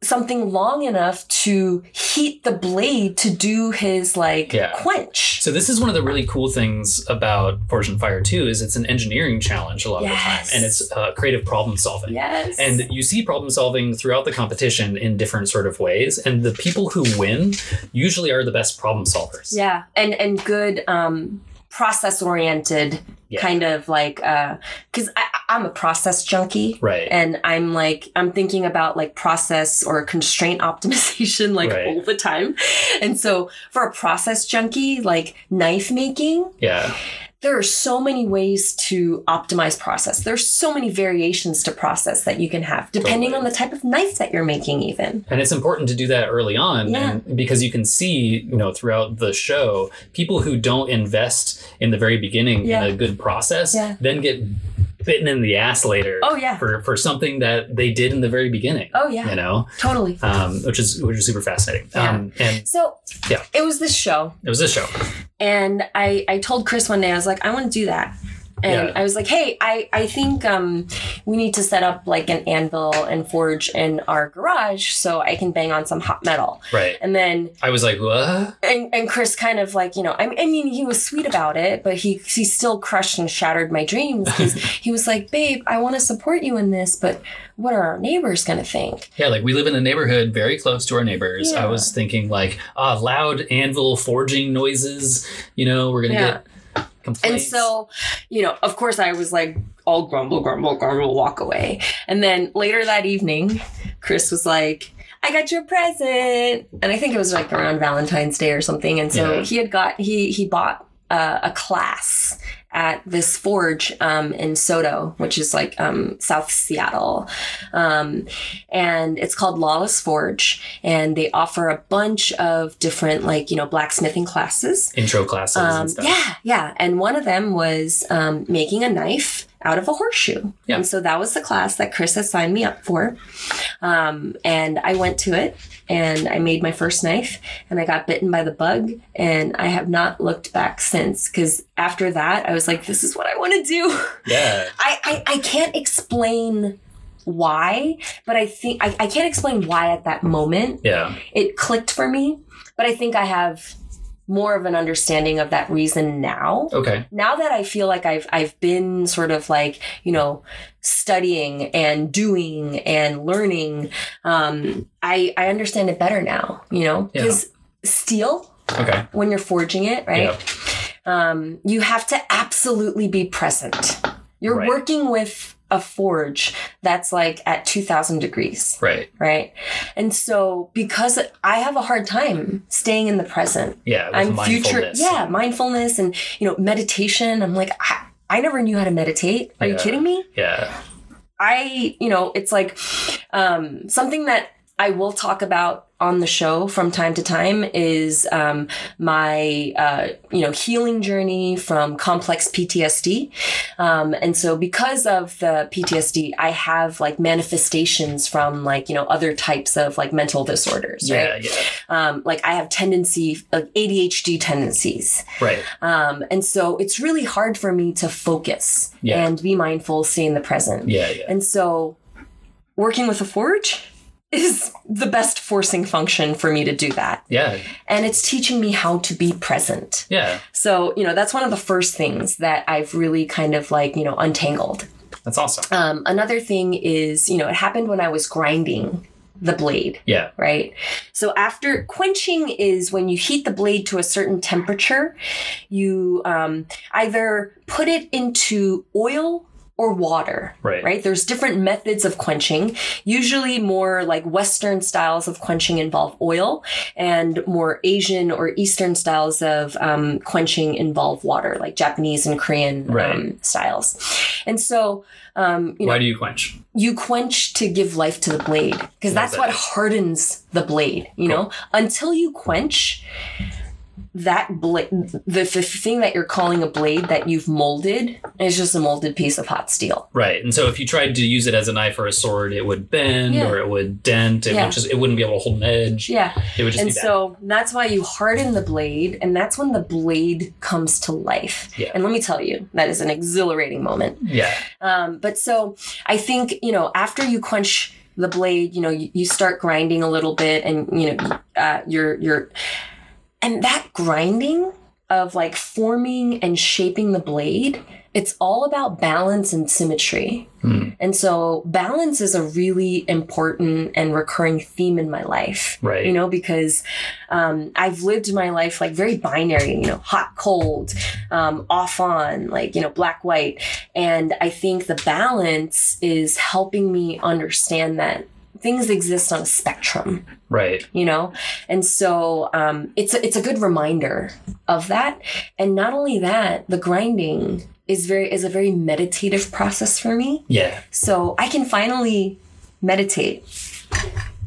something long enough to heat the blade to do his like
Yeah.
quench.
so this is one of the really cool things about forge and fire too is it's an engineering challenge a lot of the time
Yes.
and it's uh, creative problem solving
Yes.
And you see problem solving throughout the competition in different sort of ways. And the people who win usually are the best problem solvers.
Yeah, and and good um, process oriented
Yeah.
kind of like because I I'm a process junkie.
Right.
And I'm like, I'm thinking about like process or constraint optimization like
Right.
all the time. And so, for a process junkie, like knife making,
yeah.
there are so many ways to optimize process. There's so many variations to process that you can have, depending
Totally.
on the type of knife that you're making, even.
And it's important to do that early on
Yeah.
and because you can see, you know, throughout the show, people who don't invest in the very beginning
Yeah.
in a good process
Yeah.
then get bitten in the ass later
Oh, yeah.
for, for something that they did in the very beginning.
Oh, yeah.
You know?
Totally.
Um, which is which is super fascinating. Um, and
So,
Yeah.
it was this show.
it was this show.
and I, I told Chris one day I was like I want to do that and
Yeah.
I was like hey I, I think um, we need to set up like an anvil and forge in our garage so I can bang on some hot metal
Right.
and then
I was like, what?
and, and Chris kind of like you know I, I mean he was sweet about it but he he still crushed and shattered my dreams because he was like babe I want to support you in this but what are our neighbors gonna think
Yeah, like we live in a neighborhood very close to our neighbors.
Yeah.
I was thinking like, ah, loud anvil forging noises, you know, we're gonna
Yeah.
get complaints.
And so, you know, of course, I was like, all grumble, grumble, grumble, walk away. And then later that evening, Chris was like, I got you a present. And I think it was like around Valentine's Day or something. And so
Yeah.
he had got, he, he bought uh, a class at this forge um, in Soto, which is like um, South Seattle. Um, and it's called Lawless Forge. And they offer a bunch of different, like, you know, blacksmithing classes.
Intro classes
Um,
and stuff.
yeah, yeah. And one of them was um, making a knife out of a horseshoe.
Yeah.
And so that was the class that Chris had signed me up for. Um, and I went to it and I made my first knife and I got bitten by the bug. And I have not looked back since because after that, I was like, this is what I want to do.
Yeah.
I, I, I can't explain why, but I think I, I can't explain why at that moment
Yeah.
it clicked for me, but I think I have more of an understanding of that reason now.
Okay.
Now that I feel like I've I've been sort of like, you know, studying and doing and learning, um, I I understand it better now, you know?
Yeah.
Because steel,
Okay.
when you're forging it, right?
Yeah.
um, you have to absolutely be present. You're
Right.
working with a forge that's like at 2000 degrees,
Right.
right? And so because I have a hard time staying in the present,
Yeah. With
I'm future,
mindfulness.
yeah, mindfulness and you know meditation. I'm like, I, I never knew how to meditate. Are you
Yeah.
kidding me?
Yeah.
I, you know, it's like um, something that I will talk about on the show from time to time is um, my, uh, you know, healing journey from complex PTSD. Um, and so because of the PTSD, I have like manifestations from like, you know, other types of like mental disorders,
Yeah.
right?
Yeah.
Um, like I have tendency, like ADHD tendencies.
Right.
Um, and so it's really hard for me to focus
Yeah.
and be mindful, stay in the present.
Yeah. Yeah.
And so working with a forge is the best forcing function for me to do that.
Yeah.
And it's teaching me how to be present.
Yeah.
So, you know, that's one of the first things that I've really kind of like, you know, untangled.
That's awesome.
Um, another thing is, you know, it happened when I was grinding the blade
Yeah.
right? So after quenching is when you heat the blade to a certain temperature, you um, either put it into oil or water.
Right.
Right. There's different methods of quenching. Usually, more like Western styles of quenching involve oil, and more Asian or Eastern styles of um, quenching involve water, like Japanese and Korean
Right.
um, styles. And so, um, you know,
Why do you quench?
you quench to give life to the blade because that's
that.
what hardens the blade you know until you quench that blade the, the thing that you're calling a blade that you've molded is just a molded piece of hot steel
Right. And so if you tried to use it as a knife or a sword, it would bend
Yeah.
or it would dent. It
Yeah.
would just it wouldn't be able to hold an edge.
yeah
It would just
and
be bad.
so that's why you harden the blade and that's when the blade comes to life
Yeah.
and let me tell you that is an exhilarating moment
yeah.
Um, but so I think, you know, after you quench the blade, you know, you, you start grinding a little bit and, you know, uh, you're, you're, and that grinding of like forming and shaping the blade, it's all about balance and symmetry.
Hmm.
And so balance is a really important and recurring theme in my life
Right.
you know because um, i've lived my life like very binary you know hot cold um, off on like you know black white and i think the balance is helping me understand that things exist on a spectrum
right.
you know and so um, it's a, it's a good reminder of that and not only that the grinding is very is a very meditative process for me
Yeah.
so i can finally meditate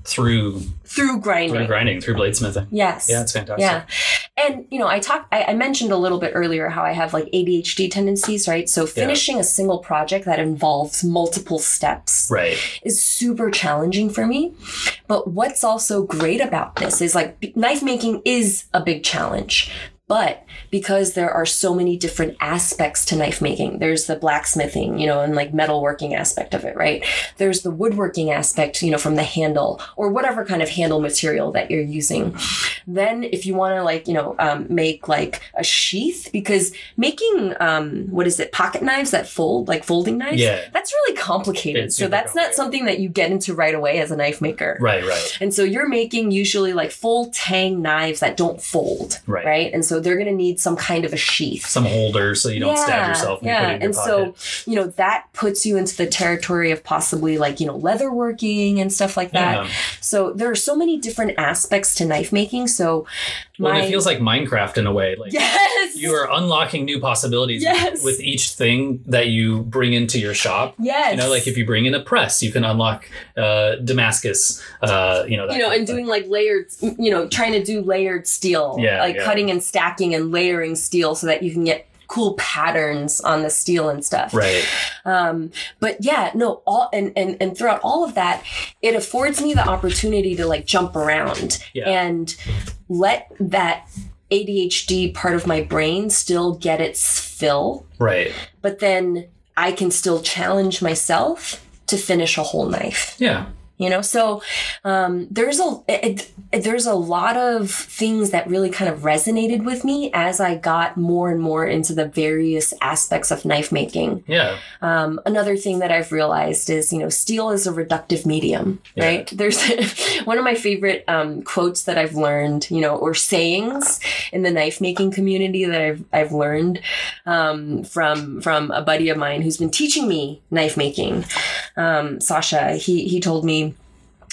Through
through grinding
through grinding, through bladesmithing.
yes
Yeah, it's fantastic.
Yeah. And, you know, I talked, I, I mentioned a little bit earlier how I have like ADHD tendencies, right? So finishing a single project that involves multiple steps
Right.
is super challenging for me. But what's also great about this is like b- knife making is a big challenge. But because there are so many different aspects to knife making, there's the blacksmithing, you know, and like metalworking aspect of it, right? There's the woodworking aspect, you know, from the handle or whatever kind of handle material that you're using. Then, if you want to like, you know, um, make like a sheath, because making, um, what is it, pocket knives that fold, like folding knives?
Yeah.
That's really complicated.
It's
So
super
that's not
complicated.
something that you get into right away as a knife maker.
Right, right.
And so you're making usually like full tang knives that don't fold,
Right.
right? And so so they're going to need some kind of a sheath.
Some holder so you don't stab yourself. When You put it in your
and
pocket.
so you know that puts you into the territory of possibly like you know leather working and stuff like that.
yeah.
So there are so many different aspects to knife making. So
Well, and
my-
it feels like Minecraft in a way. Like
yes,
you are unlocking new possibilities
Yes.
with each thing that you bring into your shop.
yes,
You know, like if you bring in a press, you can unlock uh, Damascus. Uh, you know, that
you know,
kind
and
of thing.
doing like layered, you know, trying to do layered steel,
Yeah,
like
yeah.
cutting and stacking and layering steel so that you can get cool patterns on the steel and stuff.
right.
Um, but yeah, no, all and, and and throughout all of that, it affords me the opportunity to like jump around
Yeah.
and let that ADHD part of my brain still get its fill,
Right.
but then I can still challenge myself to finish a whole knife
Yeah.
you know so um, there's a it, it- there's a lot of things that really kind of resonated with me as i got more and more into the various aspects of knife making
Yeah.
um, another thing that i've realized is you know steel is a reductive medium
Yeah.
right there's one of my favorite um, quotes that i've learned you know or sayings in the knife making community that i've i've learned um, from from a buddy of mine who's been teaching me knife making um, Sasha, he he told me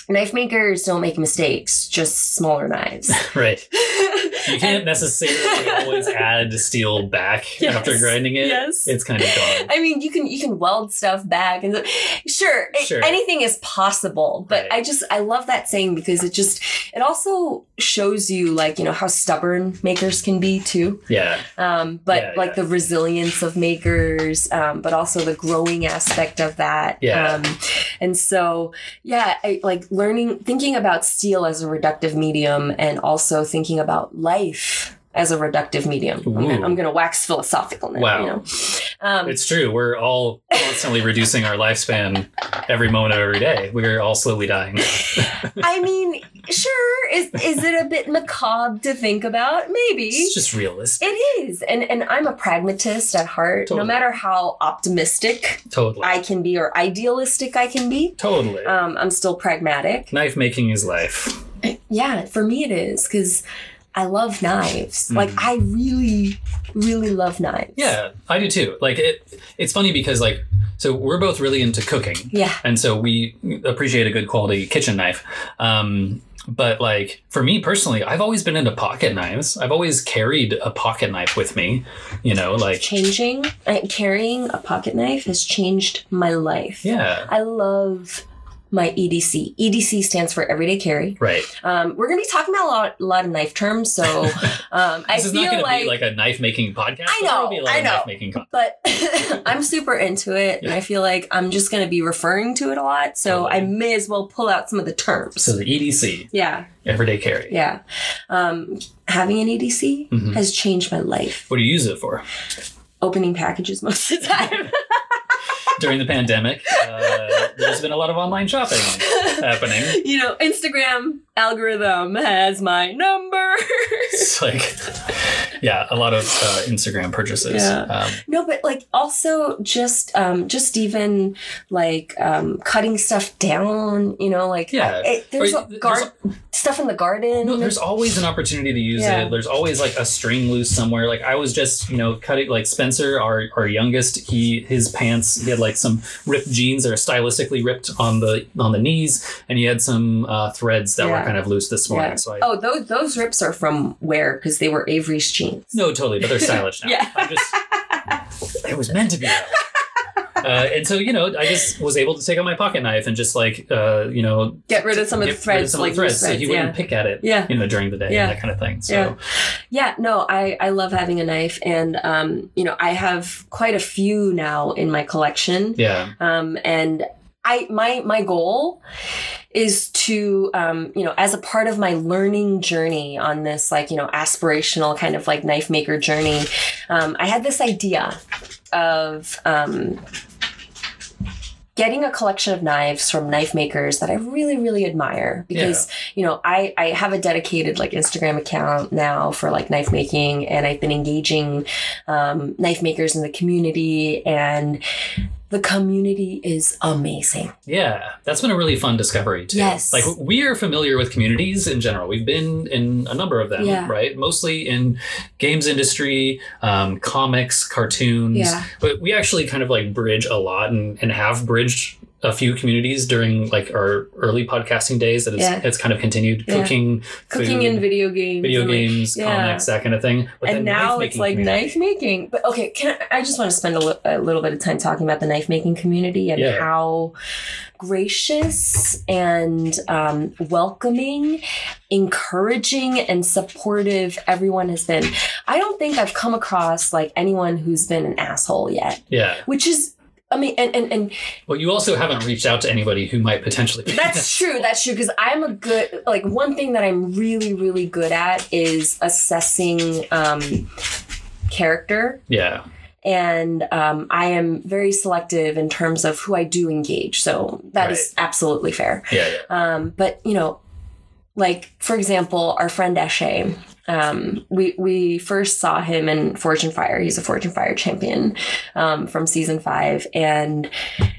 knife makers don't make mistakes, just smaller knives.
Right. You can't necessarily always add steel back
Yes.
after grinding it.
Yes.
It's kind of gone.
I mean, you can you can weld stuff back and sure, it-
Sure.
anything is possible. But
Right.
I just I love that saying because it just it also shows you like you know how stubborn makers can be too.
Yeah.
um, but
Yeah,
like
yeah.
the resilience of makers, um, but also the growing aspect of that.
Yeah.
Um, and so, yeah, I, like learning, thinking about steel as a reductive medium and also thinking about life as a reductive medium. I'm
Ooh.
gonna, I'm gonna wax philosophical now.
Wow.
You know? um,
It's true. We're all constantly reducing our lifespan every moment of every day. We're all slowly dying.
I mean, sure, is, is it a bit macabre to think about? Maybe.
It's just realistic.
It is. And, and I'm a pragmatist at heart.
Totally.
No matter how optimistic
Totally.
I can be or idealistic I can be,
Totally.
um, I'm still pragmatic.
Knife making is life.
Yeah, for me it is because I love knives.
Mhm.
Like I really, really love knives.
Yeah, I do too. Like it it's funny because like so we're both really into cooking.
Yeah.
and so we appreciate a good quality kitchen knife. Um, but like for me personally, I've always been into pocket knives. I've always carried a pocket knife with me. You know, like
Changing, uh, carrying a pocket knife has changed my life.
yeah,
I love my E EDC. EDC stands for Everyday Carry.
right.
Um, we're going to be talking about a lot, a lot of knife terms, so um, I
this is
feel
not going
like,
to be like a knife making podcast.
I
but there will
know,
Be a lot
I
of
know.
Knife making. Con-
but I'm super into it, and I feel like I'm just going to be referring to it a lot, so I
Totally.
may as well pull out some of the terms.
so the EDC,
yeah,
everyday carry.
Yeah. Um, having an EDC
Mhm.
has changed my life.
What do you use it for?
Opening packages most of the time.
During the pandemic, uh, there's been a lot of online shopping happening.
you know, Instagram algorithm has my number.
It's like, yeah, a lot of uh, Instagram purchases.
Yeah.
Um,
no, but like also just um just even like um cutting stuff down, you know, like
Yeah.
it, there's,
Or
a
th-
gar- stuff in the garden.
No, there's always an opportunity to use
Yeah.
it. There's always like a string loose somewhere. Like I was just, you know, cutting like Spencer, our our youngest, he his pants, he had like some ripped jeans that are stylistically ripped on the on the knees, and he had some uh, threads that
Yeah.
were kind of loose this morning.
yeah.
So I
Oh, those those rips are from where? Because they were Avery's jeans.
no, totally, but they're stylish now.
Yeah.
I just it was meant to be. That way. Uh, and so you know, I just was able to take out my pocket knife and just like uh, you know
Get rid of some of the
get rid
threads,
of some
like
of the threads,
loose
so he
threads, yeah.
wouldn't pick at it,
Yeah.
you know, during the day
Yeah.
and that kind of thing. So
Yeah. Yeah, no, I, I love having a knife. And, um, you know, I have quite a few now in my collection.
yeah.
Um, and I, my, my goal is to, um, you know, as a part of my learning journey on this, like, you know, aspirational kind of like knife maker journey, um, I had this idea of, um, getting a collection of knives from knife makers that I really, really admire because, you know, I, I have a dedicated like Instagram account now for like knife making and I've been engaging um, knife makers in the community and the community is amazing.
Yeah, that's been a really fun discovery too.
Yes.
Like we are familiar with communities in general. We've been in a number of them,
Yeah.
right? Mostly in games industry, um, comics, cartoons.
Yeah.
But we actually kind of like bridge a lot and, and have bridged a few communities during like our early podcasting days that it's,
Yeah.
it's kind of continued
Yeah.
cooking,
Cooking
food,
and video games.
video
and, like,
games,
yeah.
comics, that kind of thing. But
and
then
now
knife
it's like
making community.
knife making. But okay, can I, I just want to spend a, li- a little bit of time talking about the knife making community and
Yeah.
how gracious and um, welcoming, encouraging, and supportive everyone has been. I don't think I've come across like anyone who's been an asshole yet,
Yeah.
which is. I mean, and, and, and
Well, you also haven't reached out to anybody who might potentially be.
that's true. That's true. Because I'm a good, like, one thing that I'm really, really good at is assessing um, character
yeah.
and um, I am very selective in terms of who I do engage. So that is absolutely fair.
Yeah. Yeah.
Um, but you know, like for example, our friend Eshe, um, we we first saw him in Forge and Fire. He's a Forge and Fire champion um, from season five, and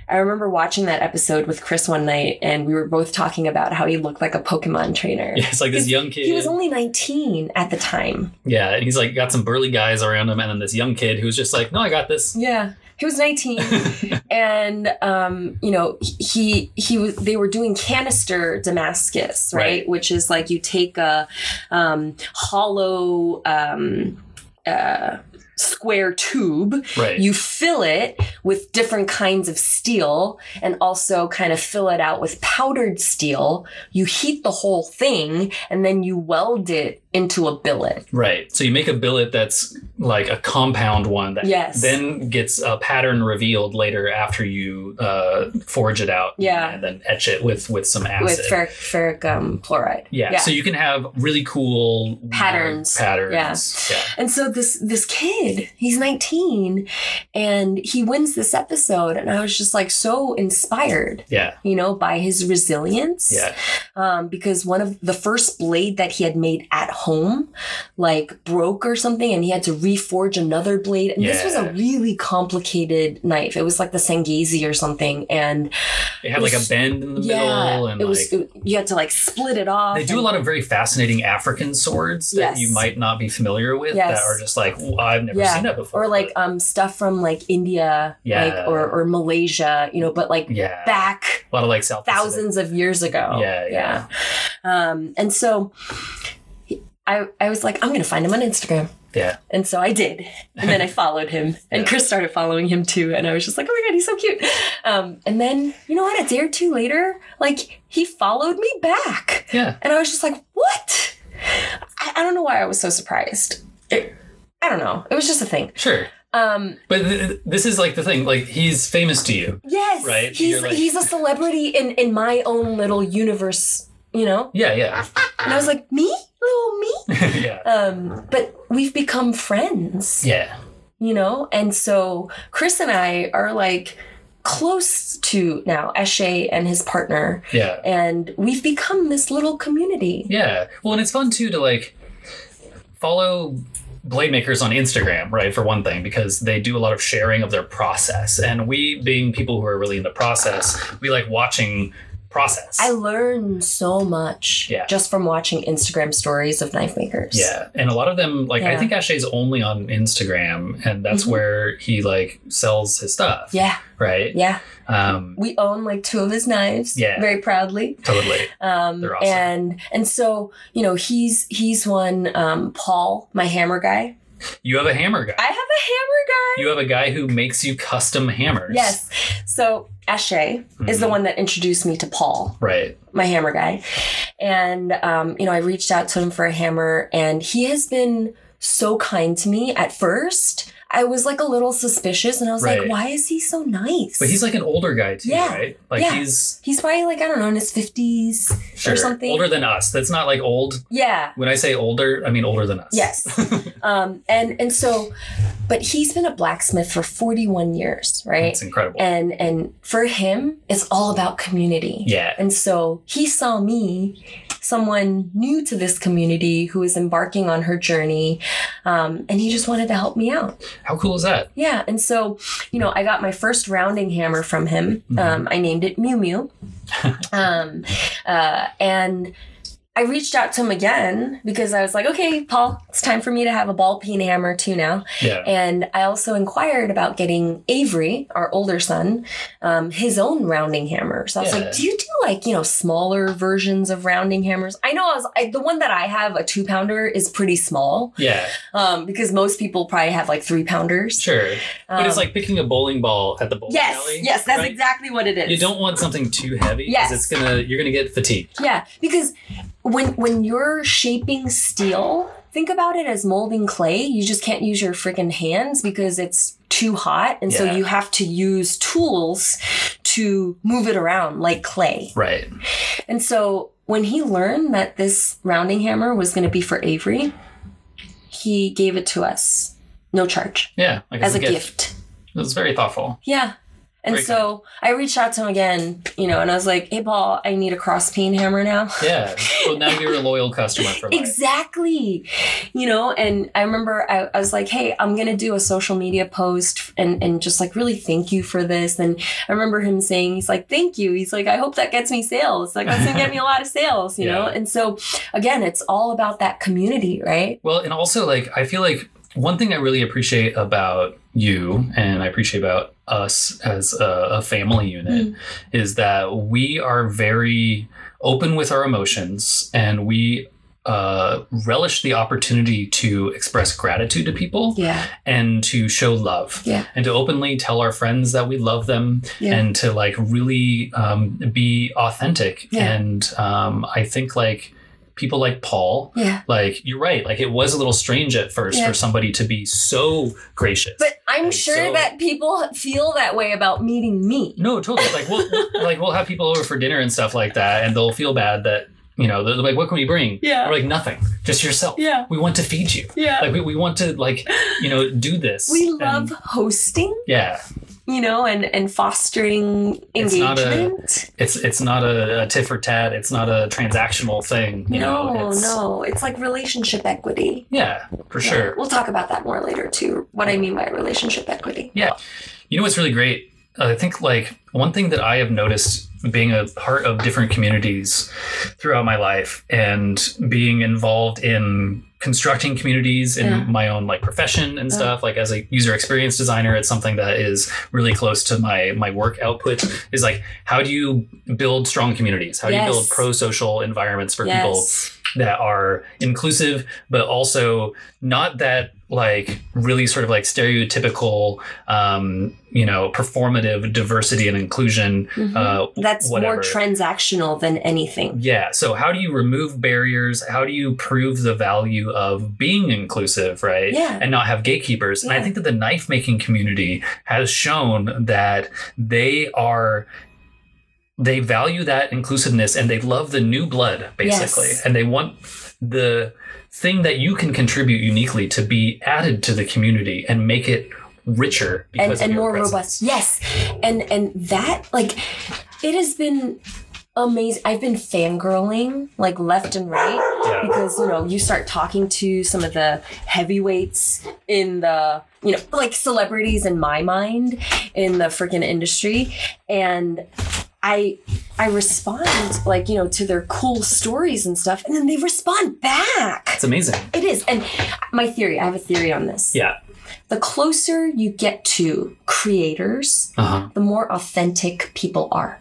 I remember watching that episode with Chris one night, and we were both talking about how he looked like a Pokemon trainer.
Yeah, it's like this
Because
young kid.
He was only 19 at the time.
Yeah, and he's like got some burly guys around him, and then this young kid who's just like, "No, I got this."
Yeah. He was 19 and um, you know, he he was they were doing canister Damascus, right?
Right.
Which is like you take a um hollow um uh square tube
Right.
you fill it with different kinds of steel and also kind of fill it out with powdered steel you heat the whole thing and then you weld it into a billet
right. So you make a billet that's like a compound one that
Yes.
then gets a pattern revealed later after you uh, forge it out.
Yeah.
And then etch it with with some acid.
with ferric, ferric um, chloride
yeah. So you can have really cool weird
Patterns.
Patterns. Yeah.
And so this this kid, he's 19 and he wins this episode and I was just like so inspired,
Yeah.
you know, by his resilience.
Yeah.
Um because one of the first blade that he had made at home like broke or something and he had to reforge another blade. And this was
Yeah.
a really complicated knife. It was like the Sengezi or something and
It had like a
was-
bend in the middle, and
it
like
was it- you had to like split it off.
They do a
and-
lot of very fascinating African swords that
Yes.
you might not be familiar with
Yes.
that are just like, "Well, I've never
Yeah.
seen that before.
or like um stuff from like India
Yeah.
like or or Malaysia, you know, but like
yeah,
back
a lot of like South Pacific.
thousands of years ago.
Yeah, yeah.
Yeah. Um, and so I, I was like, I'm going to find him on Instagram.
Yeah.
And so I did. And then I followed him. And
Yeah.
Chris started following him too. And I was just like, oh my God, he's so cute. Um, and then, you know what, a day or two later, like he followed me back.
Yeah.
And I was just like, what? I, I don't know why I was so surprised. It- I don't know. It was just a thing.
Sure.
Um,
But th- this is like the thing. Like he's famous to you.
yes.
Right,
He's,
you're like-
he's a celebrity in, in my own little universe, you know?
Yeah, yeah,
And I was like, me? Little me?
yeah,
Um, but we've become friends,
yeah.
you know? And so Chris and I are like close to now Eshe and his partner.
Yeah.
And we've become this little community.
Yeah. Well, and it's fun too to like follow blade makers on Instagram, right? For one thing, because they do a lot of sharing of their process, and we, being people who are really into process, we like watching process.
I learn so much
Yeah.
just from watching Instagram stories of knife makers.
Yeah, and a lot of them, like I
Yeah.
think Ashay's only on Instagram, and that's
Mhm.
where he like sells his stuff.
Yeah.
Right.
Yeah.
Um.
We own like two of his knives.
Yeah.
Very proudly.
Totally.
Um,
They're awesome.
and and so, you know, he's he's one um, Paul, my hammer guy.
You have a hammer guy.
I have a hammer guy.
You have a guy who makes you custom hammers.
Yes. So Eshe is the
Mhm.
one that introduced me to Paul,
Right.
my hammer guy. And, um, you know, I reached out to him for a hammer, and he has been so kind to me at first. I was like a little suspicious, and I was
Right.
like, why is he so nice?
But he's like an older guy too,
Yeah.
right? Like
Yeah.
he's
He's probably like, I don't know, in his 50s
sure,
or something.
older than us. That's not like old.
yeah.
When I say older, I mean older than us.
Yes. um, and and so, but he's been a blacksmith for 41 years, right?
It's incredible.
And and for him, it's all about community.
yeah.
And so he saw me someone new to this community who is embarking on her journey. Um, and he just wanted to help me out.
How cool is that?
Yeah. And so, you know, I got my first rounding hammer from him. Um, I named it Mew Mew. um, uh, and I reached out to him again because I was like, okay, Paul, it's time for me to have a ball peen hammer too now.
Yeah.
And I also inquired about getting Avery, our older son, um, his own rounding hammer. So I was
Yeah.
like, do you do like, you know, smaller versions of rounding hammers? I know I was, I, the one that I have, a two pounder, is pretty small
Yeah,
um, because most people probably have like three pounders.
sure. but it's
Um,
like picking a bowling ball at the bowling
Yes,
alley.
yes, that's
right?
exactly what it is.
You don't want something too heavy because
Yes.
it's gonna you're gonna get fatigued.
Yeah, because when when you're shaping steel, think about it as molding clay. You just can't use your freaking hands because it's too hot, and so
Yeah.
you have to use tools to move it around like clay.
Right.
And so when he learned that this rounding hammer was going to be for Avery, he gave it to us, no charge,
Yeah. Like
as a
gift.
gift.
It was very thoughtful.
Yeah. And
Very
so I reached out to him again, you know, and I was like, hey, Paul, I need a cross peen hammer now.
Yeah. Well, now you're a loyal customer for life.
Exactly. You know, and I remember I, I was like, hey, I'm going to do a social media post and, and just like really thank you for this. And I remember him saying, he's like, thank you. He's like, I hope that gets me sales. Like, that's going to get me a lot of sales, you know?
Yeah.
And so again, it's all about that community, right?
Well, and also like I feel like one thing I really appreciate about you and I appreciate about us as a, a family unit
Hmm.
is that we are very open with our emotions and we uh, relish the opportunity to express gratitude to people
Yeah.
and to show love
Yeah.
and to openly tell our friends that we love them
Yeah.
and to like really um, be authentic
Yeah.
and um, i think like people like paul
Yeah.
like you're right like it was a little strange at first
Yeah.
for somebody to be so gracious
But I'm
And
sure
so-
that people feel that way about meeting me.
no totally like we'll like we'll have people over for dinner and stuff like that and they'll feel bad that you know they're like what can we bring
Yeah.
we're like nothing just yourself
Yeah.
we want to feed you
Yeah.
like we, we want to like you know do this
we
And-
love hosting
yeah
you know and and fostering
It's not a-
engagement
it's it's not a, a tit for tat. It's not a transactional thing. You know,
no
it's,
no it's like relationship equity
Yeah, for sure.
we'll talk about that more later too what i mean by relationship equity
You know what's really great? I think like one thing that I have noticed being a part of different communities throughout my life and being involved in constructing communities in
Yeah.
my own like profession and
Yeah.
stuff like as a user experience designer it's something that is really close to my my work output is like how do you build strong communities how do
Yes.
you build pro social environments for people
yes
that are inclusive, but also not that like really sort of like stereotypical, um, you know, performative diversity and inclusion.
Mhm.
Uh,
that's
whatever.
more transactional than anything
yeah. So how do you remove barriers? How do you prove the value of being inclusive, right?
Yeah.
And not have gatekeepers. And I
Yeah.
think that the knife making community has shown that they are they value that inclusiveness and they love the new blood basically
Yes.
and they want the thing that you can contribute uniquely to be added to the community and make it richer
and,
because of
and
your
more
presence.
robust yes and and that like it has been amazing i've been fangirling like left and right
Yeah.
because you know you start talking to some of the heavyweights in the you know like celebrities in my mind in the freaking industry and i i respond like you know to their cool stories and stuff and then they respond back
it's amazing
it is and my theory i have a theory on this
yeah
the closer you get to creators
uh-huh.
the more authentic people are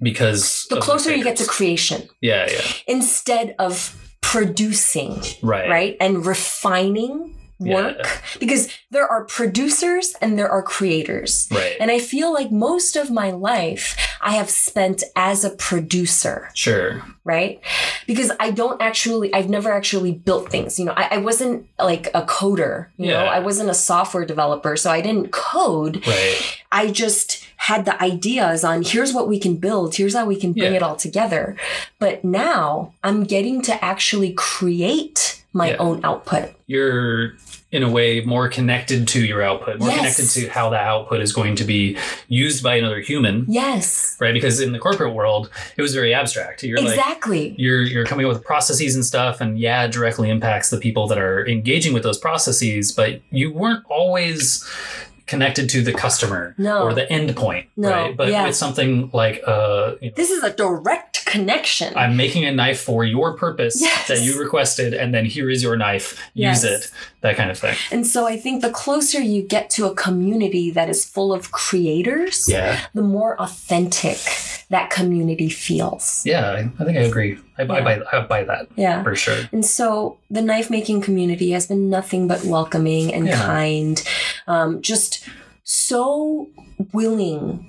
because
the
of
closer you get to
figures.
creation
yeah yeah
instead of producing
right
right? And refining work
Yeah.
because there are producers and there are creators.
right
And I feel like most of my life I have spent as a producer,
sure
right? Because I don't actually, I've never actually built things. You know, I, I wasn't like a coder, you know,
Yeah.
I wasn't a software developer. So I didn't code.
right
I just had the ideas on here's what we can build, here's how we can bring
Yeah.
it all together. But now I'm getting to actually create my
Yeah.
own output.
you're in a way more connected to your output, more
Yes.
connected to how the output is going to be used by another human,
Yes.
right? Because in the corporate world, it was very abstract. You're like
exactly.
you're you're coming up with processes and stuff, and yeah, it directly impacts the people that are engaging with those processes, but you weren't always connected to the customer
No.
or the end point,
No,
right? But
yeah.
with something like uh, you know,
this is a direct connection.
I'm making a knife for your purpose
Yes.
that you requested, and then here is your knife.
Yes.
Use it. That kind of thing.
and so I think the closer you get to a community that is full of creators,
Yeah.
the more authentic that community feels.
Yeah, I- I think I agree. I, I
Yeah.
buy I buy that
Yeah.
for sure.
And so the knife making community has been nothing but welcoming and
Yeah.
kind, um, just so willing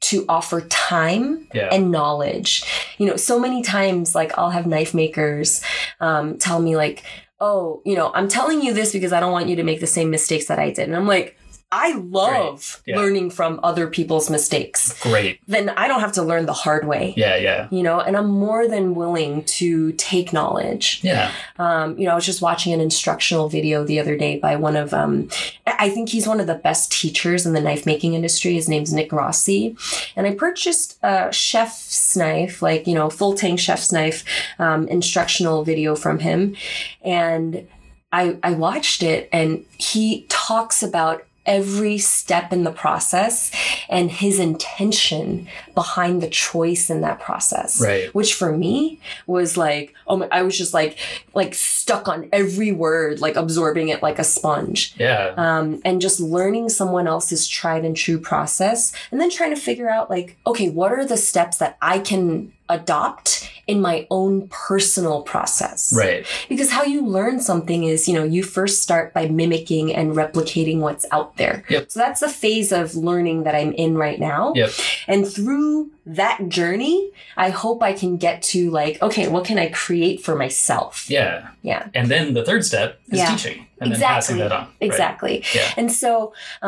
to offer time
Yeah.
and knowledge. You know, so many times, like, I'll have knife makers um, tell me, like, oh, you know, I'm telling you this because I don't want you to make the same mistakes that I did. And I'm like, I love
Yeah.
learning from other people's mistakes.
Great.
Then I don't have to learn the hard way,
Yeah, yeah.
you know, and I'm more than willing to take knowledge.
Yeah.
Um, you know, I was just watching an instructional video the other day by one of, um, I I think he's one of the best teachers in the knife making industry. His name's Nick Rossi. And I purchased a chef's knife, like, you know, full tang chef's knife um, instructional video from him. And I, I watched it and he talks about every step in the process and his intention behind the choice in that process
Right.
which for me was like oh my i was just like like stuck on every word like absorbing it like a sponge
Yeah.
um, and just learning someone else's tried and true process and then trying to figure out like okay what are the steps that i can adopt in my own personal process
Right.
because how you learn something is you know you first start by mimicking and replicating what's out there
Yep.
so that's the phase of learning that i'm in right now
Yep.
and through that journey i hope i can get to like okay what can i create for myself
Yeah.
Yeah.
And then the third step is
Yeah.
teaching and then
Exactly.
passing that on. Right.
exactly
Yeah.
and so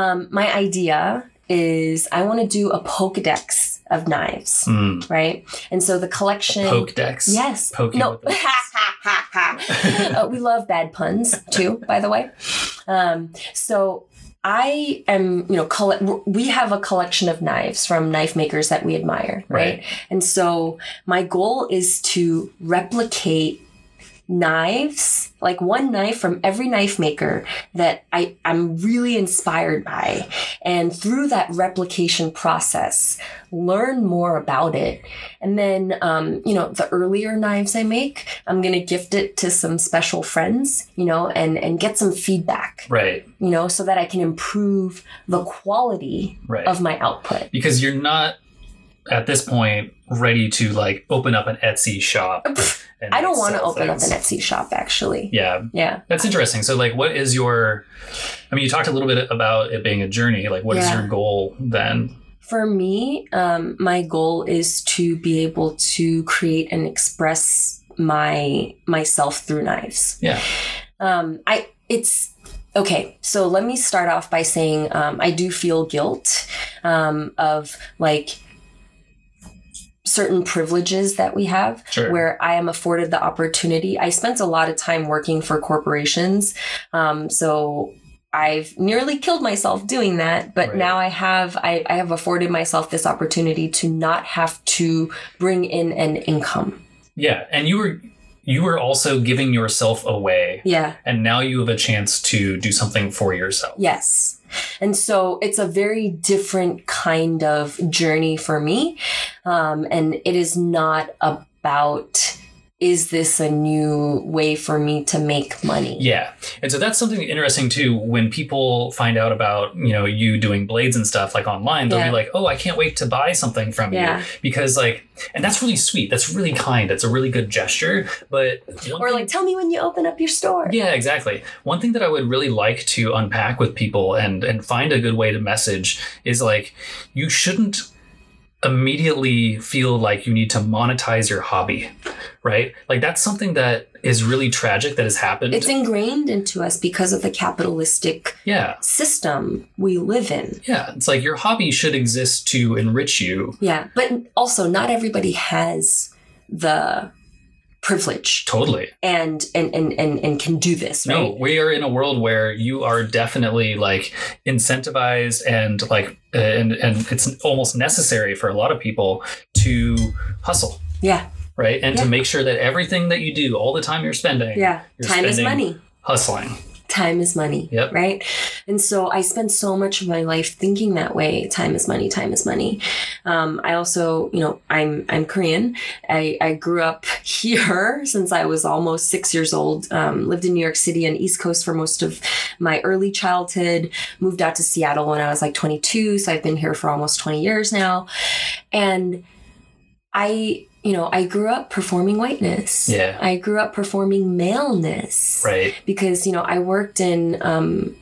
um, my idea is i want to do a pokedex of knives
Mm.
right and so the collection
Poke decks.
Yes.
Poking
no.
with the-
Uh, we love bad puns too, by the way. Um, so I am, you know, colle- we have a collection of knives from knife makers that we admire, right?
Right.
And so my goal is to replicate knives like one knife from every knife maker that I, i'm really inspired by and through that replication process learn more about it and then, um, you know, the earlier knives I make, I'm gonna gift it to some special friends, you know, and and get some feedback,
Right.
you know, so that I can improve the quality
Right.
of my output.
because you're not at this point ready to like open up an Etsy shop.
Pfft,
and,
I don't
like,
want to
sell
open
things.
up an Etsy shop, actually.
Yeah.
Yeah.
That's interesting. So, like, what is your? I mean, you talked a little bit about it being a journey. Like, what is
Yeah.
your goal then?
For me, um, my goal is to be able to create and express my myself through knives.
Yeah.
Um, I it's okay. So let me start off by saying um, I do feel guilt um, of like certain privileges that we have
Sure.
where I am afforded the opportunity. I spent a lot of time working for corporations. Um, so I've nearly killed myself doing that, but
Right.
now I have I, I have afforded myself this opportunity to not have to bring in an income.
Yeah, and you were you were also giving yourself away,
Yeah.
and now you have a chance to do something for yourself.
Yes. And so it's a very different kind of journey for me. Um, and it is not about is this a new way for me to make money?
Yeah, and so that's something interesting too. When people find out about you know you doing blades and stuff like online, they'll
Yeah.
be like, "Oh, I can't wait to buy something from
Yeah.
you," because like, and that's really sweet. That's really kind. That's a really good gesture. But one
Or
thing-
like, tell me when you open up your store.
Yeah, exactly. One thing that I would really like to unpack with people and and find a good way to message is like you shouldn't immediately feel like you need to monetize your hobby, right? Like that's something that is really tragic that has happened.
It's ingrained into us because of the capitalistic
yeah.
system we live in.
Yeah, it's like your hobby should exist to enrich you.
Yeah. But also, not everybody has the privileged
Totally.
and and and and, and can do this, right?
No, we are in a world where you are definitely like incentivized and like uh, and and it's almost necessary for a lot of people to hustle,
Yeah,
right? And
Yeah.
to make sure that everything that you do, all the time you're spending,
yeah.
You're
Time is
spending-
money.
hustling.
Time is money.
Yep.
Right. And so I spend so much of my life thinking that way. Time is money. Time is money. Um, I also, you know, I'm I'm Korean. I, I grew up here since I was almost six years old. Um, lived in New York City and East Coast for most of my early childhood. Moved out to Seattle when I was like 22, so I've been here for almost 20 years now. And I, you know, I grew up performing whiteness.
Yeah.
I grew up performing maleness
Right.
because you know I worked in um,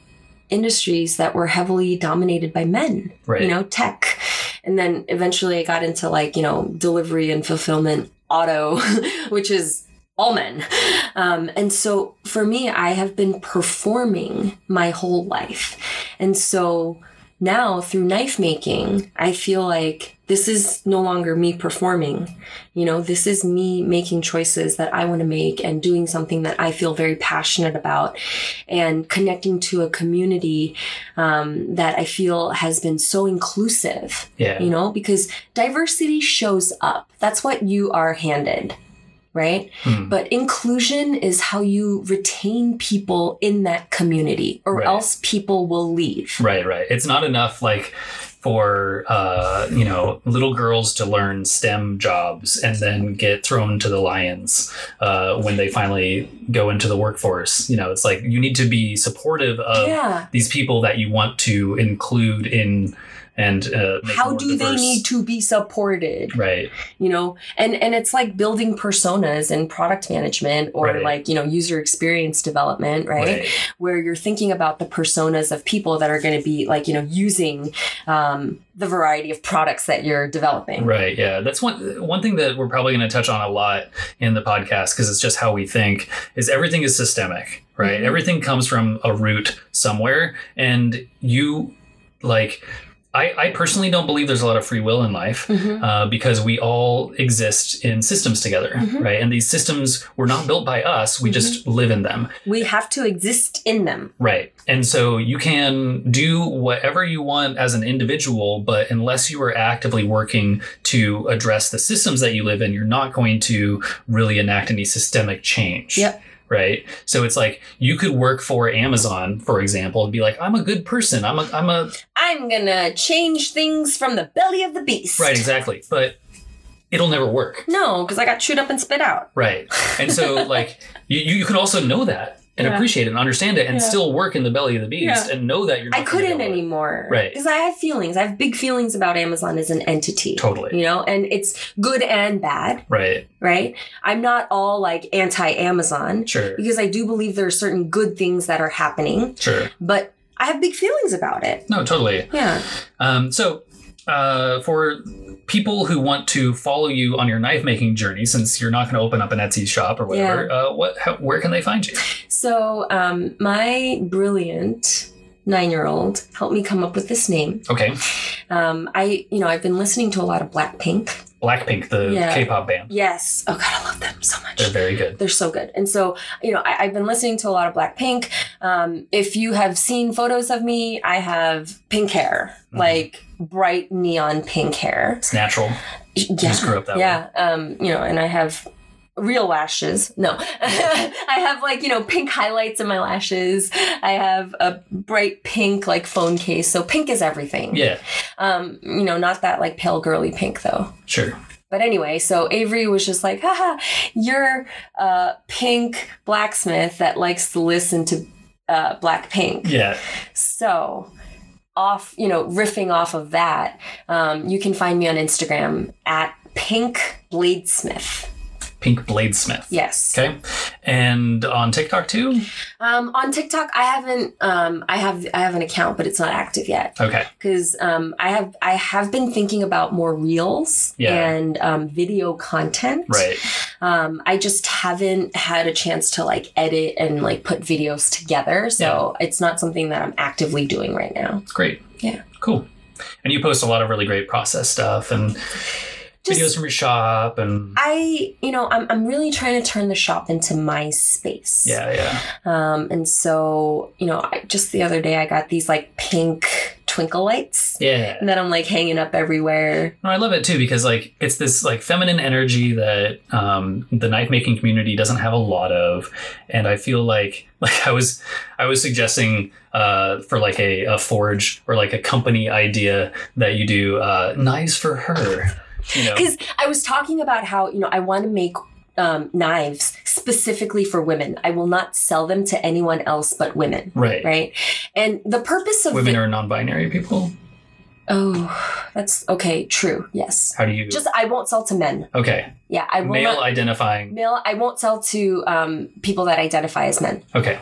industries that were heavily dominated by men.
Right.
You know, tech, and then eventually I got into like you know delivery and fulfillment, auto, which is all men. Um, and so for me, I have been performing my whole life, and so now through knife making, I feel like. This is no longer me performing. You know, this is me making choices that I want to make and doing something that I feel very passionate about and connecting to a community um, that I feel has been so inclusive,
yeah.
you know, because diversity shows up. That's what you are handed, right?
Hmm.
But inclusion is how you retain people in that community, or
Right.
else people will leave.
Right, right. It's not enough like for uh, you know little girls to learn STEM jobs and then get thrown to the lions uh, when they finally go into the workforce. You know, it's like you need to be supportive of
Yeah.
these people that you want to include in and uh, make
How
more
do they
diverse.
need to be supported?
Right,
you know and and it's like building personas in product management or
Right.
like you know user experience development right?
right,
where you're thinking about the personas of people that are going to be like you know using um, the variety of products that you're developing
right. Yeah, that's one one thing that we're probably going to touch on a lot in the podcast because it's just how we think. Is everything is systemic, right?
Mhm.
Everything comes from a root somewhere, and you like. I, I personally don't believe there's a lot of free will in life.
Mhm.
uh, because we all exist in systems together,
Mhm.
right? And these systems were not built by us, we just live in them,
we have to exist in them
right? And so you can do whatever you want as an individual, but unless you are actively working to address the systems that you live in, you're not going to really enact any systemic change.
Yep.
Right. So it's like you could work for Amazon, for example, and be like, I'm a good person. I'm a, I'm a,
i'm going to change things from the belly of the beast
right, exactly. But it'll never work.
no because i got chewed up and spit out
Right. And so like you, you you can also know that and
Yeah.
appreciate it and understand it and
Yeah.
still work in the belly of the beast
Yeah.
and know that you're not
i
gonna
couldn't
go away.
anymore
Right.
because i have feelings i have big feelings about amazon as an entity
Totally.
you know and it's good and bad
Right.
right? I'm not all like anti Amazon
Sure.
because I do believe there are certain good things that are happening,
Sure.
but I have big feelings about it.
No, totally.
Yeah.
Um, so, uh, for people who want to follow you on your knife making journey, since you're not going to open up an Etsy shop or whatever, uh, what how, where can they find you?
So, um, my brilliant nine year old helped me come up with this name.
Okay,
Um, I, you know, I've been listening to a lot of Blackpink.
Blackpink, the
Yeah.
K-pop band,
Yes. Oh, God, I love them so much.
they're very good.
They're so good. And so, you know, I, I've been listening to a lot of Blackpink. Um, if you have seen photos of me, I have pink hair,
Mhm.
like bright neon pink hair.
It's natural.
Yeah.
Just grew up that way.
yeah. Um, you know, and I have real lashes. No, I have like, you know, pink highlights in my lashes. I have a bright pink, like phone case. So pink is everything.
Yeah.
Um, you know, not that like pale girly pink though.
Sure.
But anyway, so Avery was just like, haha, you're a pink blacksmith that likes to listen to uh, Blackpink.
Yeah.
So, off, you know, riffing off of that, um, you can find me on Instagram at Pink Bladesmith.
Pink Bladesmith.
Yes.
Okay. And on TikTok too?
Um, on TikTok, I haven't, um, I have, I have an account, but it's not active yet.
Okay.
because um, I have I have been thinking about more reels
Yeah.
and um, video content.
Right.
Um, I just haven't had a chance to like edit and like put videos together, so it's not something that I'm actively doing right now.
Great.
Yeah.
Cool. And you post a lot of really great process stuff and
Just-
videos from your shop and
I, you know, I'm, I'm really trying to turn the shop into my space.
yeah, yeah.
Um, and so, you know, I, just the other day I got these like pink twinkle lights
Yeah.
and then I'm like hanging up everywhere.
No, I love it too because like it's this like feminine energy that um, the knife making community doesn't have a lot of, and I feel like like I was I was suggesting uh, for like a, a forge or like a company idea that you do uh, knives for her, you know.
Because I was talking about how, you know, I want to make um, knives specifically for women. I will not sell them to anyone else but women.
Right.
Right. And the purpose of
Women
the-
are non-binary people.
oh, that's okay. True. Yes.
How do you?
Just I won't sell to men.
okay.
Yeah, I will
Male
not.
identifying.
Male, I won't sell to um, people that identify as men.
Okay.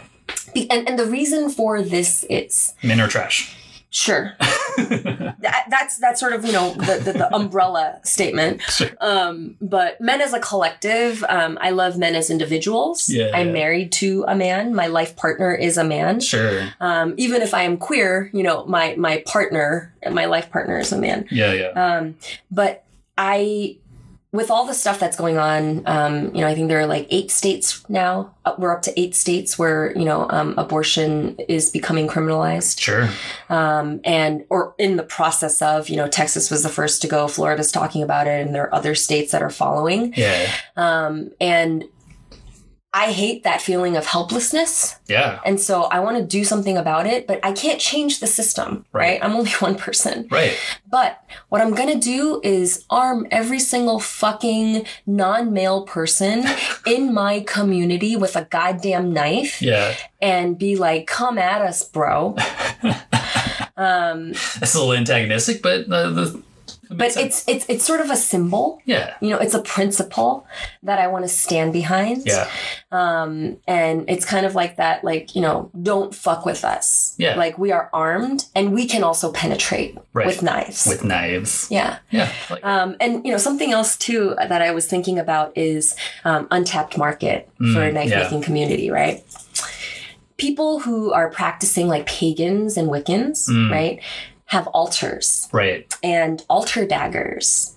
Be- and, and the reason for this is
Men are trash.
sure that, that's that's sort of you know the, the, the umbrella statement
Sure.
um, but men as a collective um, i love men as individuals
Yeah.
i'm married to a man my life partner is a man
sure.
um, even if i am queer you know my my partner my life partner is a man
Yeah. Yeah.
um, but I, with all the stuff that's going on, um, you know, I think there are like eight states now. Uh, We're up to eight states where you know um, abortion is becoming criminalized,
Sure.
um, and or in the process of. You know, Texas was the first to go. Florida's talking about it, and there are other states that are following.
Yeah.
Um, and I hate that feeling of helplessness.
Yeah.
And so I want to do something about it, but I can't change the system,
Right.
right? I'm only one person.
Right.
But what I'm gonna do is arm every single fucking non male person in my community with a goddamn knife
Yeah.
and be like, come at us, bro. um,
That's a little antagonistic, but uh, the, it makes
but
sense.
it's, it's, it's sort of a symbol.
yeah.
You know, it's a principle that I want to stand behind.
Yeah.
Um, and it's kind of like that, like, you know, don't fuck with us.
Yeah.
Like, we are armed and we can also penetrate
Right.
with knives.
with knives.
yeah.
Yeah. Like,
Um, and you know something else too that I was thinking about is um, untapped market for a
Mm,
knife
yeah.
making community, right? People who are practicing like pagans and Wiccans,
Mm.
right, have altars
right.
and altar daggers.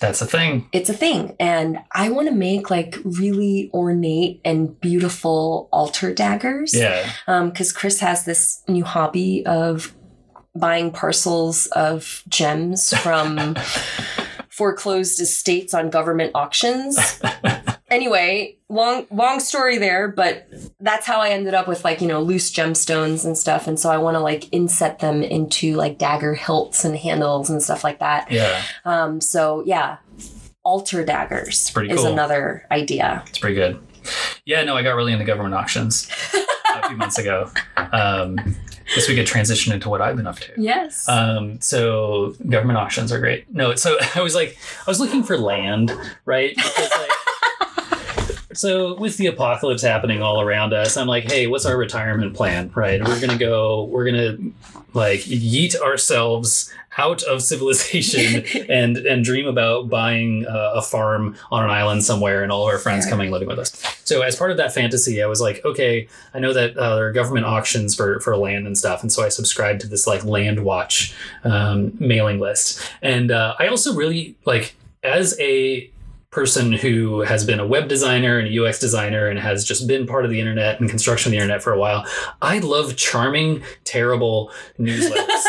That's a thing.
It's a thing, and I want to make like really ornate and beautiful altar daggers.
Yeah.
because Um, Chris has this new hobby of buying parcels of gems from foreclosed estates on government auctions. anyway, long long story there, but that's how I ended up with like, you know, loose gemstones and stuff. And so I want to like inset them into like dagger hilts and handles and stuff like that.
Yeah.
Um, so yeah. Altar daggers
pretty
is
cool.
another idea.
It's pretty good. Yeah. No, I got really into government auctions a few months ago. Um, guess we could transition into what I've been up to.
Yes.
Um, so government auctions are great. No, so I was like, I was looking for land, right? Because, like, so with the apocalypse happening all around us, I'm like, hey, what's our retirement plan, right? We're gonna go, we're gonna like yeet ourselves out of civilization and and dream about buying uh, a farm on an island somewhere and all of our friends
Right.
coming living with us. So as part of that fantasy, I was like, okay, I know that uh, there are government auctions for, for land and stuff, and so I subscribed to this like Land Watch um, mailing list. And uh, I also really like as a person who has been a web designer and a UX designer and has just been part of the internet and construction of the internet for a while. I love charming, terrible newsletters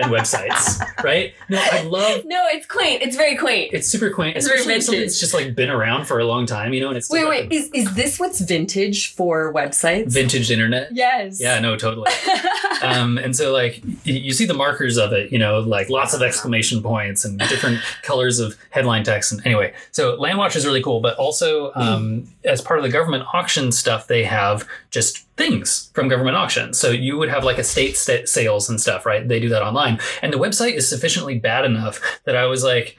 and websites. Right? No, I love.
no, it's quaint. It's very quaint.
It's super quaint.
It's very
especially if something that's
vintage.
just like been around for a long time, you know, and it's still
Wait,
got
wait. Is, is this what's vintage for
the
websites?
vintage internet.
yes.
Yeah, no, totally. um, and so, like, y- you see the markers of it, you know, like lots of exclamation points and different colors of headline text. And anyway, so Landwatch is really cool, but also
Hmm.
um, as part of the government auction stuff, they have just things from government auctions. So you would have like estate sta- sales and stuff, right? They do that online. And the website is sufficiently bad enough that I was like,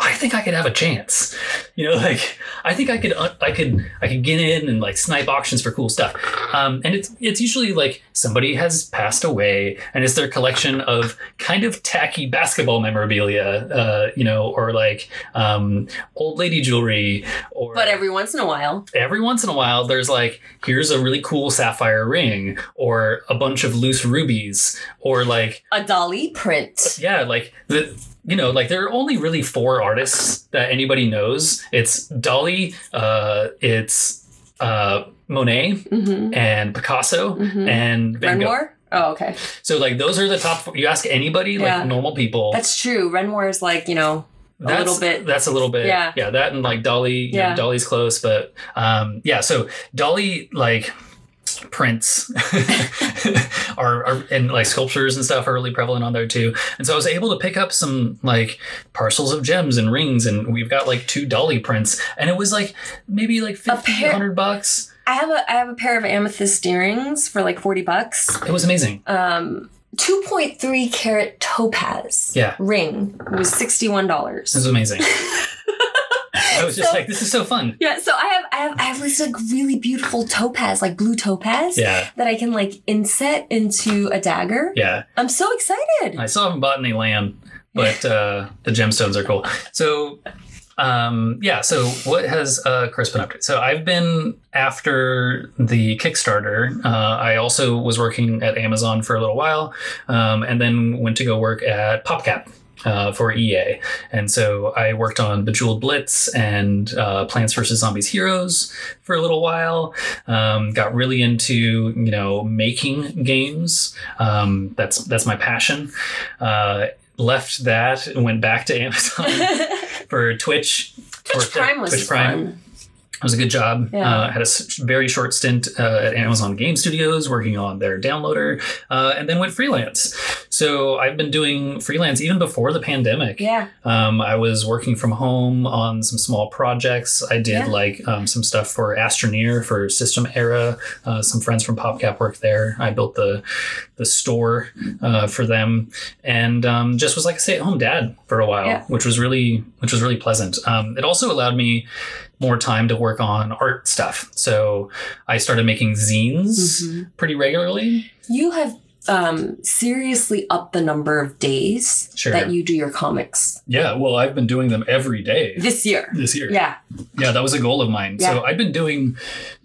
I think I could have a chance. You know, like I think I could uh, I could I could get in and like snipe auctions for cool stuff. Um, and it's it's usually like somebody has passed away and it's their collection of kind of tacky basketball memorabilia, uh, you know, or like um, old lady jewelry or
but every once in a while.
every once in a while there's like here's a really cool sapphire sapphire ring or a bunch of loose rubies or like
A Dali print.
yeah, like the you know, like there are only really four artists that anybody knows. It's Dali, uh, it's uh, Monet,
Mm-hmm.
and Picasso,
Mhm.
and Van Gogh.
Renmore? Oh, okay.
So like those are the top. Four. You ask anybody,
Yeah.
like normal people,
That's true. Renmore is like, you know, a little bit-
That's a little bit.
Yeah.
yeah. That and like Dolly. You
Yeah.
know, Dolly's close, but um, yeah. So Dolly like prints are, are and like sculptures and stuff are really prevalent on there too. And so I was able to pick up some like parcels of gems and rings, and we've got like two Dolly prints, and it was like maybe like 50,
pair-
100 bucks.
I have a I have a pair of amethyst earrings for like 40 bucks.
It was amazing.
Um 2.3 carat topaz
Yeah.
ring was $61.
This is amazing. I was just
So-
like, this is so fun.
Yeah, so I have I have I have this like really beautiful topaz, like blue topaz
Yeah,
that I can like inset into a dagger.
yeah.
I'm so excited.
I still haven't bought any lamb, but uh, the gemstones are cool. So, um, yeah. So, what has uh, Chris been up to? So, I've been after the Kickstarter. Uh, I also was working at Amazon for a little while, um, and then went to go work at PopCap. Uh, for EA, and so I worked on Bejeweled Blitz and uh, Plants vs Zombies Heroes for a little while. Um, got really into you know making games. Um, that's that's my passion. Uh, left that and went back to Amazon for Twitch.
Twitch
Worked at
Prime was
Twitch Prime.
fun.
It was a good job.
Yeah.
Uh, had a s- very short stint uh, at Amazon Game Studios working on their downloader, uh, and then went freelance. So I've been doing freelance even before the pandemic.
Yeah.
Um, I was working from home on some small projects. I did
Yeah.
like um, some stuff for Astroneer for System Era. Uh, some friends from PopCap work there. I built the the store uh, for them, and um, just was like a stay at home dad for a while,
Yeah.
which was really which was really pleasant. Um, it also allowed me more time to work on art stuff. So I started making zines
Mm-hmm.
pretty regularly.
You have um seriously upped the number of days
Sure.
that you do your comics
Yeah, well, I've been doing them every day
this year.
this year.
Yeah.
Yeah, that was a goal of mine.
Yeah.
So I've been doing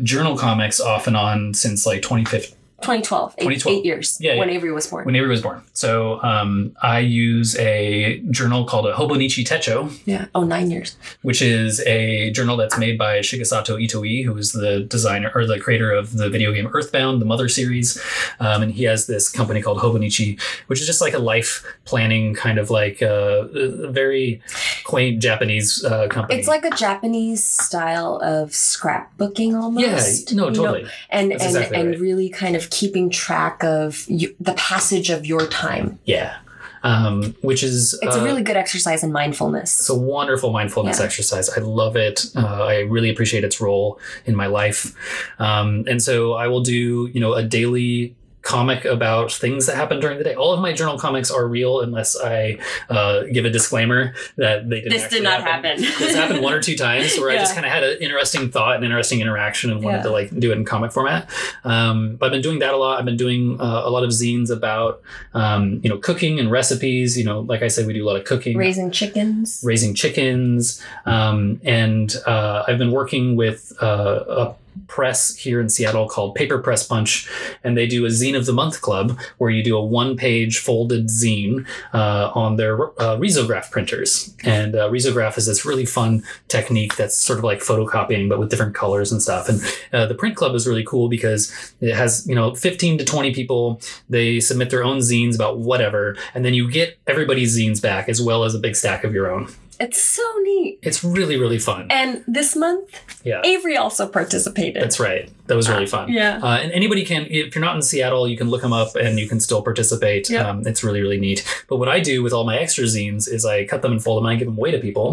journal comics off and on since like 2015
2012. Eight,
2012.
eight years
Yeah,
when
yeah.
Avery was born.
when Avery was born. So um, I use a journal called a Hobonichi Techo,
yeah. Oh, nine years.
which is a journal that's made by Shigesato Itoi, who is the designer or the creator of the video game Earthbound, the Mother series. Um, and he has this company called Hobonichi, which is just like a life planning kind of like uh, a very quaint Japanese uh, company.
It's like a Japanese style of scrapbooking
yeah,
almost.
no,
you know?
totally.
and and,
That's exactly
and
right.
really kind of keeping track of you, the passage of your time.
Yeah. Um, which is
It's a
uh,
really good exercise in mindfulness.
It's a wonderful mindfulness
Yeah. Mm.
exercise. I love it. Uh, I really appreciate its role in my life. Um, and so I will do, you know, a daily comic about things that happen during the day. All of my journal comics are real unless I uh, give a disclaimer that they didn't
this
actually
did not happen.
this happened one or two times where I just
Yeah.
kind of had an interesting thought, an interesting interaction, and wanted
Yeah.
to like do it in comic format. Um, but I've been doing that a lot. I've been doing uh, a lot of zines about um, you know cooking and recipes. You know, like I said, we do a lot of cooking,
Raising chickens.
raising chickens, um, and uh, I've been working with uh, a press here in Seattle called Paper Press Punch, and they do a zine of the month club where you do a one-page folded zine uh, on their uh, risograph printers. And uh, risograph is this really fun technique that's sort of like photocopying but with different colors and stuff. And uh, the print club is really cool because it has you know 15 to 20 people they submit their own zines about whatever and then you get everybody's zines back as well as a big stack of your own
It's so neat.
it's really really fun
And this month,
yeah
Avery also participated.
that's right that was really fun
Yeah.
uh, and anybody can if you're not in seattle you can look them up and you can still participate
Yep.
um, it's really really neat but what i do with all my extra zines is i cut them and fold them and i give them away to people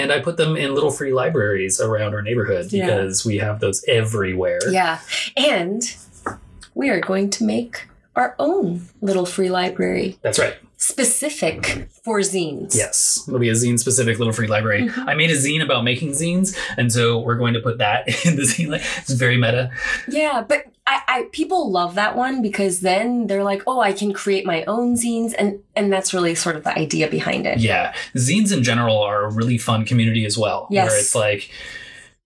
and i put them in little free libraries around our neighborhood
Yeah.
because we have those everywhere
Yeah. And we are going to make our own little free library
that's right
specific for zines.
Yes, it'll be a zine specific little free library.
Mhm.
I made a zine about making zines, and so we're going to put that in the zine. li- It's very meta.
Yeah, but I, I people love that one because then they're like, oh, I can create my own zines, and and that's really sort of the idea behind it.
Yeah, zines in general are a really fun community as well.
Yes.
Where it's like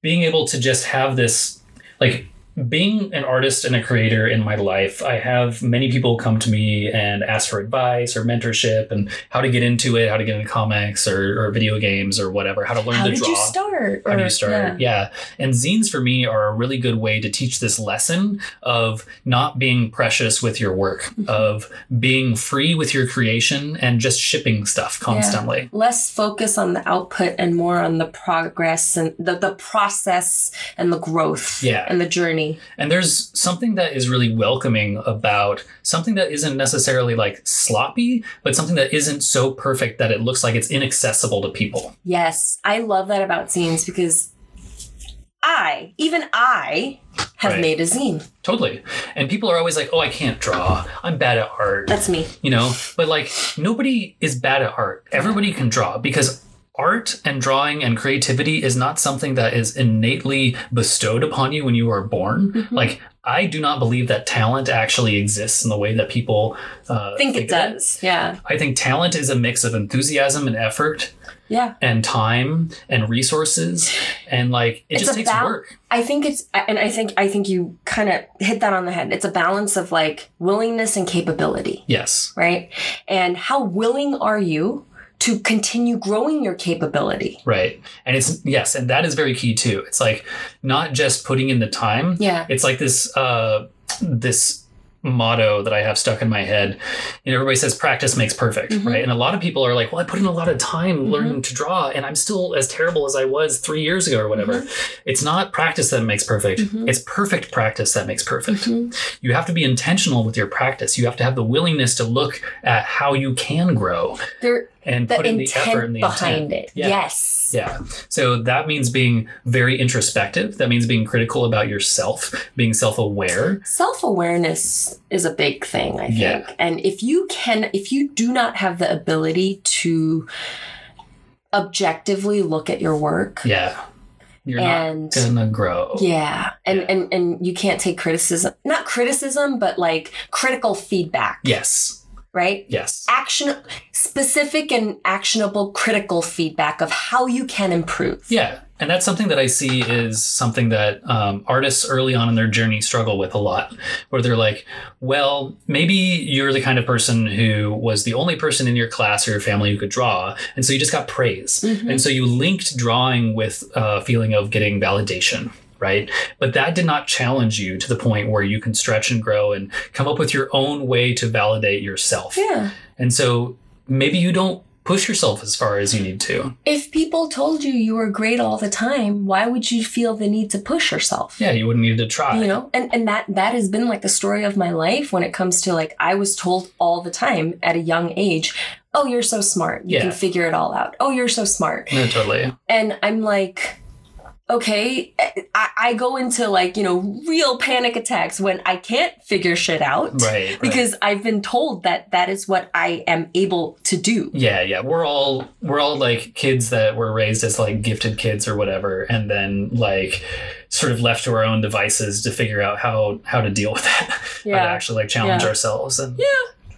being able to just have this, like, being an artist and a creator in my life, I have many people come to me and ask for advice or mentorship and how to get into it, how to get into comics or, or video games or whatever, how to learn
How
to
did
draw.
you start?
How do
Or-
you start? Yeah. And zines for me are a really good way to teach this lesson of not being precious with your work, of being free with your creation and just shipping stuff constantly.
Less focus on the output and more on the progress and the, the process and the growth
Yeah.
and the journey.
And there's something that is really welcoming about something that isn't necessarily like sloppy, but something that isn't so perfect that it looks like it's inaccessible to people.
Yes, I love that about zines because I, even I, have
Right.
made a zine.
Totally. And people are always like, oh, I can't draw. I'm bad at art.
That's me.
you know but like nobody is bad at art everybody can draw because art and drawing and creativity is not something that is innately bestowed upon you when you are born
Mm-hmm.
like i do not believe that talent actually exists in the way that people uh,
I think it does. Yeah.
i think talent is a mix of enthusiasm and effort
Yeah.
and time and resources and like it
It's
just takes
about-
work
I think it's and I think I think you kind of hit that on the head. It's a balance of like willingness and capability,
yes
right? And how willing are you to continue growing your capability?
right and it's yes and that is very key too it's like not just putting in the time
Yeah.
it's like this uh this motto that i have stuck in my head you know everybody says practice makes perfect
Mhm.
right and a lot of people are like well i put in a lot of time
Mhm.
learning to draw and i'm still as terrible as i was three years ago or whatever
Mm-hmm.
it's not practice that makes perfect
Mhm.
it's perfect practice that makes perfect
Mhm.
you have to be intentional with your practice you have to have the willingness to look at how you can grow
There
and
the
put in the effort
intent
and the intent
behind it.
Yeah.
Yes.
yeah. So that means being very introspective. That means being critical about yourself, being self aware.
Self awareness is a big thing, I think.
Yeah.
And if you can, if you do not have the ability to objectively look at your work,
Yeah. You're
And-
not gonna grow.
yeah, and
Yeah.
and and you can't take criticism, not criticism, but like critical feedback,
Yes.
right?
Yes.
Action, specific and actionable critical feedback of how you can improve.
Yeah. And that's something that I see is something that um, artists early on in their journey struggle with a lot, where they're like, well, maybe you're the kind of person who was the only person in your class or your family who could draw. And so you just got praise.
Mhm.
And so you linked drawing with a feeling of getting validation, right? But that did not challenge you to the point where you can stretch and grow and come up with your own way to validate yourself.
Yeah.
And so maybe you don't push yourself as far as you need to.
If people told you you were great all the time, why would you feel the need to push yourself?
Yeah, you wouldn't need to try.
you know and and that that has been like the story of my life when it comes to like i was told all the time at a young age oh you're so smart you
Yeah.
can figure it all out oh you're so smart
No, totally.
and i'm like okay I, I go into like you know real panic attacks when i can't figure shit out
Right. right.
because i've been told that that is what i am able to do
yeah, yeah, we're all we're all like kids that were raised as like gifted kids or whatever, and then like sort of left to our own devices to figure out how how to deal with that. how to
yeah
actually like challenge
Yeah.
ourselves and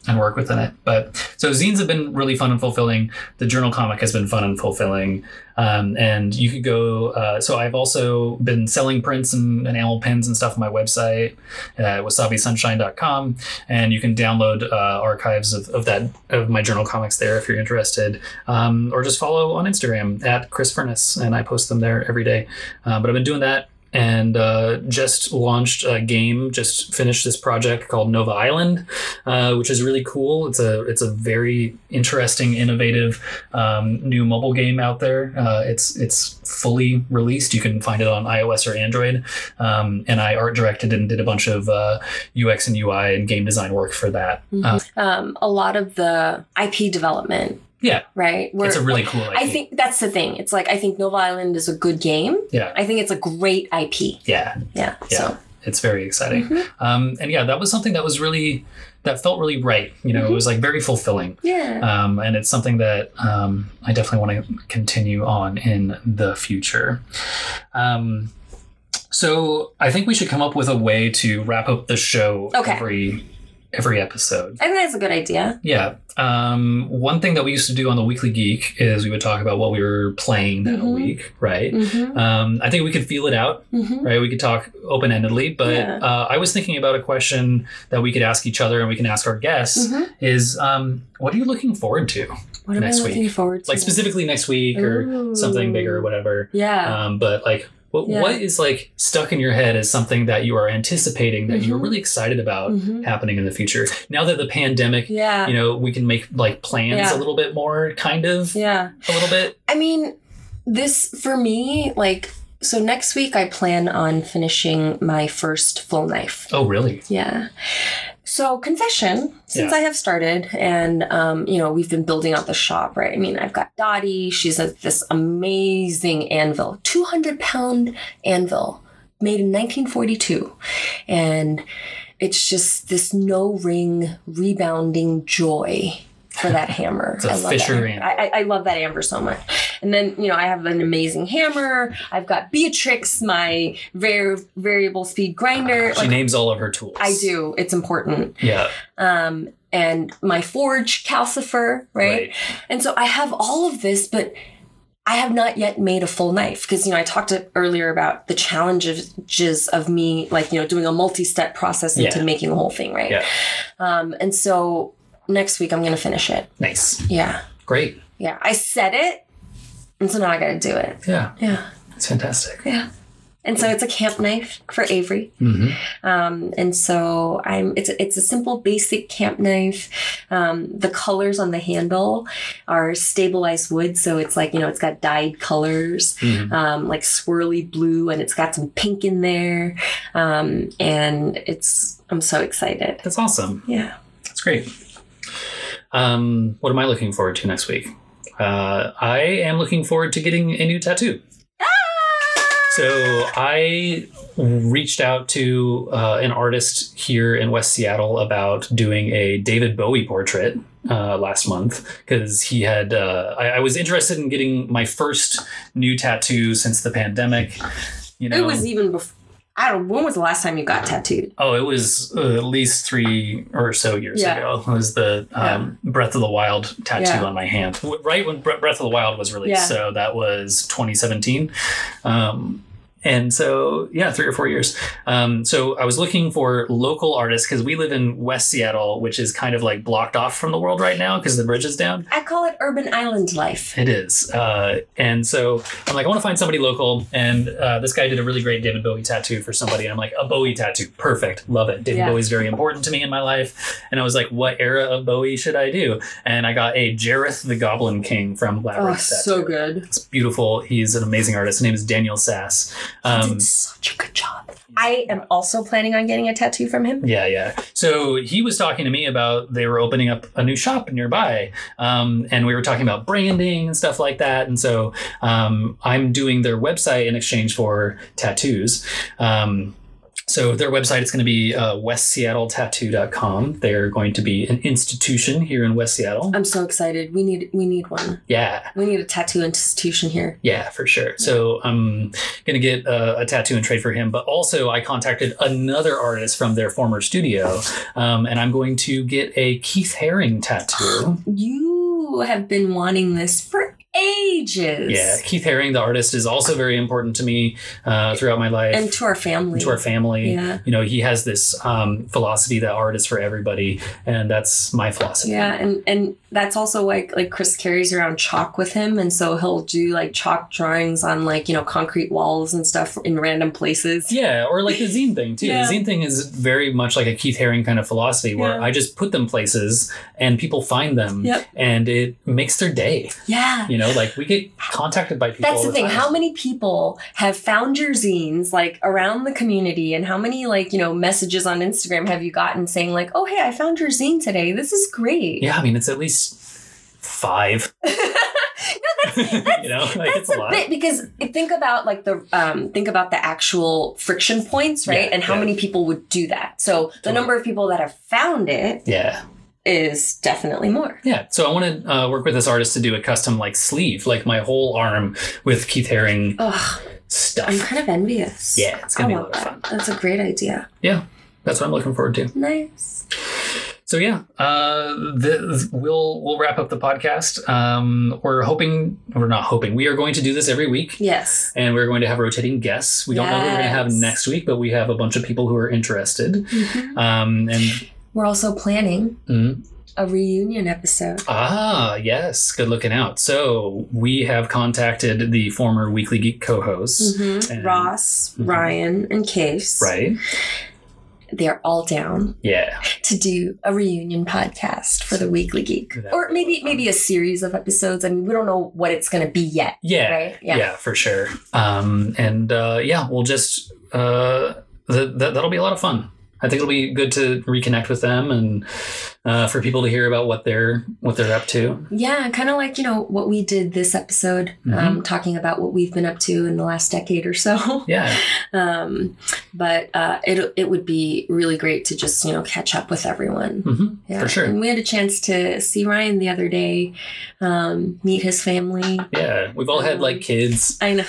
and work within it. But so zines have been really fun and fulfilling. The journal comic has been fun and fulfilling. Um, and you could go. Uh, so I've also been selling prints and enamel pins and stuff on my website, uh, wasabisunshine.com, and you can download uh, archives of, of that of my journal comics there if you're interested, um, or just follow on Instagram at Chris Furness, and I post them there every day. Uh, but I've been doing that and uh, just launched a game. Just finished this project called Nova Island, uh, which is really cool. It's a it's a very interesting, innovative um, new mobile game out there. Uh, it's it's fully released. You can find it on iOS or Android. Um, and I art directed and did a bunch of uh, UX and UI and game design work for that. Uh,
um, a lot of the ip development
Yeah.
right Where-
it's a really cool.
I
idea.
think that's the thing. It's like I think Nova Island is a good game.
Yeah.
I think it's a great IP.
Yeah.
Yeah.
Yeah.
So
it's very
Mm-hmm.
exciting. Um, and yeah, that was something that was really that felt really right. You
Mm-hmm.
know, it was like very fulfilling.
yeah.
um, and it's something that um, I definitely want to continue on in the future. Um, so I think we should come up with a way to wrap up the show
Okay.
every every episode.
I think that's a good idea.
Yeah. Um, one thing that we used to do on the Weekly Geek is we would talk about what we were playing that
Mhm.
week, right?
Mm-hmm.
Um, I think we could feel it out,
Mm-hmm.
right? We could talk open endedly, but
Yeah.
uh, I was thinking about a question that we could ask each other and we can ask our guests
hmm
is um, what are you looking forward to?
What am I
Next
looking
week.
forward to?
Like specifically next week or something bigger or
Ooh.
whatever.
Yeah.
Um, but like, what,
Yeah.
what is like stuck in your head as something that you are anticipating that you're
Mhm.
really excited about
Mhm.
happening in the future? Now that the pandemic
Yeah.
you know, we can make like plans
Yeah.
a little bit more, kind of,
yeah.
a little bit.
I mean, this for me, like, so next week I plan on finishing my first full knife.
Oh, really?
Yeah. So, confession, since
Yeah.
I have started and, um, you know, we've been building out the shop, right? I mean, I've got Dottie. She's at this amazing anvil, 200 pound anvil made in 1942. And it's just this no ring rebounding joy for that hammer.
It's a
I love
Fisher
that.
anvil.
I, I- I love that amber so much. And then, you know, I have an amazing hammer. I've got Beatrix, my var- variable speed grinder.
Ah, She
Like,
names all of her tools.
I do. It's important.
Yeah.
Um, and my forge calcifer, right?
Right.
And so I have all of this, but I have not yet made a full knife because you know I talked earlier about the challenges of me like you know doing a multi-step process into
Yeah.
making a whole thing, right?
Yeah.
Um, and so next week I'm going to finish it.
Nice.
Yeah,
Great.
yeah. I said it, and so now I got to do it.
Yeah.
Yeah,
That's fantastic.
yeah. And so it's a camp knife for Avery.
hmm
Um, and so I'm it's it's a simple basic camp knife. Um, the colors on the handle are stabilized wood, so it's like you know it's got dyed colors,
Mhm.
um, like swirly blue, and it's got some pink in there. Um, and it's I'm so excited.
That's awesome.
Yeah.
That's great. Um, what am I looking forward to next week? Uh, I am looking forward to getting a new tattoo. So I reached out to uh, an artist here in West Seattle about doing a David Bowie portrait uh, last month because he had. Uh, I, I was interested in getting my first new tattoo since the pandemic. You know,
It was even before. I don't. When was the last time you got tattooed?
Oh, it was uh, at least three or so years
Yeah.
ago. It was the um, Breath of the Wild tattoo
Yeah.
on my hand, W- right when Bre- Breath of the Wild was released.
Yeah.
So that was 2017. Um, and so, yeah, three or four years. Um, so I was looking for local artists because we live in West Seattle, which is kind of like blocked off from the world right now because the bridge is down.
I call it urban island life.
It is. Uh, and so I'm like, I want to find somebody local. And uh, this guy did a really great David Bowie tattoo for somebody. And I'm like, a Bowie tattoo. Perfect. Love it. David
Yeah.
Bowie's very important to me in my life. And I was like, what era of Bowie should I do? And I got a Jareth the Goblin King from Labyrinth.
Oh,
tattoo.
so good.
It's beautiful. He's an amazing artist. His name is Daniel Sass.
he
Um,
did such a good job. I am also planning on getting a tattoo from him.
Yeah, yeah. So he was talking to me about they were opening up a new shop nearby, um, and we were talking about branding and stuff like that. And so um, I'm doing their website in exchange for tattoos. Um, so their website is going to be uh, westseattletattoo.com. They're going to be an institution here in West Seattle.
I'm so excited. We need we need one.
Yeah.
We need a tattoo institution here.
Yeah, for sure. So I'm going to get a, a tattoo and trade for him. But also, I contacted another artist from their former studio, um, and I'm going to get a Keith Haring tattoo.
You have been wanting this for ages.
yeah, Keith Haring, the artist, is also very important to me uh, throughout my life
And to our family.
to our family.
Yeah.
You know, he has this um, philosophy that art is for everybody, and that's my philosophy.
Yeah, and and that's also like like Chris carries around chalk with him, and so he'll do like chalk drawings on like you know concrete walls and stuff in random places.
Yeah, or like the zine thing too.
Yeah.
The zine thing is very much like a Keith Haring kind of philosophy where
Yeah.
I just put them places and people find them
Yep.
and it makes their day.
Yeah.
You know, like we get contacted by people.
That's
all
the thing.
time.
How many people have found your zines like around the community, and how many like you know messages on Instagram have you gotten saying like, "Oh hey, I found your zine today. This is great."
Yeah, I mean, it's at least five. you know, like it's
That's
a
a
lot.
bit because think about like the um, think about the actual friction points, right?
Yeah,
and how
yeah.
many people would do that. So the
Totally.
number of people that have found it
Yeah,
is definitely more.
yeah. So I want to uh, work with this artist to do a custom like sleeve, like my whole arm with Keith Haring
Ugh, I'm
stuff.
kind of envious.
Yeah, it's gonna
I
be a
want
lot of fun.
that. That's a great idea.
Yeah, that's what I'm looking forward to.
Nice.
so yeah, uh, the, we'll we'll wrap up the podcast. Um, we're hoping we're not hoping we are going to do this every week,
Yes.
and we're going to have rotating guests. We don't know what we're going to have
Yes.
next week, but we have a bunch of people who are interested. Um, and
We're also planning
mm,
a reunion episode.
ah, yes, good looking out. So we have contacted the former Weekly Geek co-hosts, And-
Ross,
Mhm.
Ryan, and Case.
right?
They're all down
Yeah,
to do a reunion podcast for the Weekly Geek.
That
or
would be
maybe
fun.
maybe a series of episodes. I mean, we don't know what it's going to be yet,
yeah.
right?
yeah, for sure um and uh yeah we'll just uh th- th- that'll be a lot of fun i think it'll be good to reconnect with them and uh for people to hear about what they're what they're up to
Yeah, kind of like, you know, what we did this episode,
Mm-hmm.
um, talking about what we've been up to in the last decade or so.
yeah
um, but uh, it, it would be really great to just, you know, catch up with everyone.
hmm
Yeah.
For sure.
And we had a chance to see Ryan the other day, um, meet his family.
yeah we've all had like kids
I know.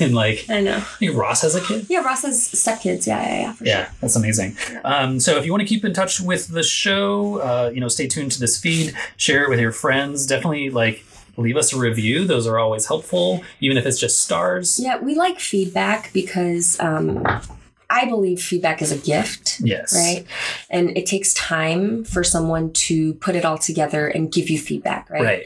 and like
I know.
I think ross has a kid
Yeah, Ross has stepkids. Yeah, yeah, yeah. For
Yeah, that's amazing. Um, so if you want to keep in touch with the show, uh, you know, stay tuned to this feed, share it with your friends. Definitely like leave us a review. Those are always helpful, even if it's just stars.
Yeah, we like feedback because um, I believe feedback is a gift,
Yes.
right? And it takes time for someone to put it all together and give you feedback, right?
Right.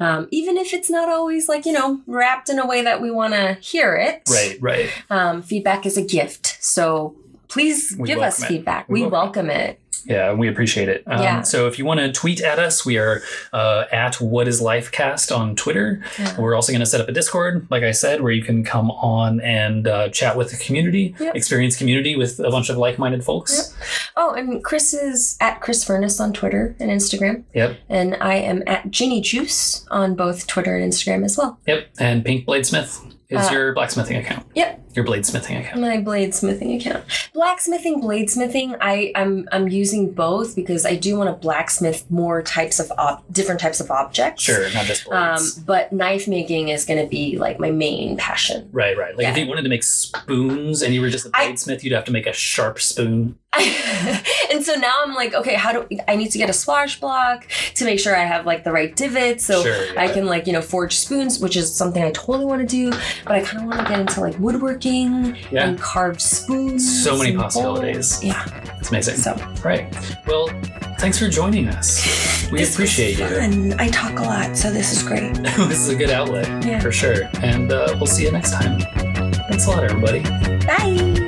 Um, even if it's not always like, you know, wrapped in a way that we want to hear it,
Right. Right.
um, feedback is a gift. So please
We
give us
welcome it.
feedback.
We
We,
welcome
welcome, it.
Yeah, we appreciate it. Um,
Yeah.
So if you want to tweet at us, we are uh, at What Is Lifecast on Twitter.
Yeah.
We're also going to set up a Discord, like I said, where you can come on and uh, chat with the community,
Yep.
experience community with a bunch of like-minded folks.
Oh, and Chris is at Chris Furness on Twitter and Instagram.
Yep.
And I am at Ginny Juice on both Twitter and Instagram as well.
Yep. And Pink Bladesmith is
Uh,
your blacksmithing account.
Yep.
Your bladesmithing account.
My bladesmithing account. Blacksmithing, bladesmithing, I, I'm I'm using both because I do want to blacksmith more types of ob- different types of objects.
Sure, not just
Um,
blades.
but knife making is going to be like my main passion.
right, right. Like if
yeah.
you wanted to make spoons and you were just a
I-
bladesmith, you'd have to make a sharp spoon.
and so now I'm like, okay, how do I need to get a swash block to make sure I have like the right divots so
Sure, yeah.
I can like you know forge spoons, which is something I totally want to do. But I kind of want to get into like woodworking
Yeah.
and carved spoons.
So many
and bowls.
possibilities.
Yeah.
It's amazing.
So
All right. Well, thanks for joining us. We
This was
appreciate you.
fun. I talk a lot, so this is great.
this is a good outlet
Yeah.
for sure. And uh, we'll see you next time. Thanks a lot, everybody.
Bye.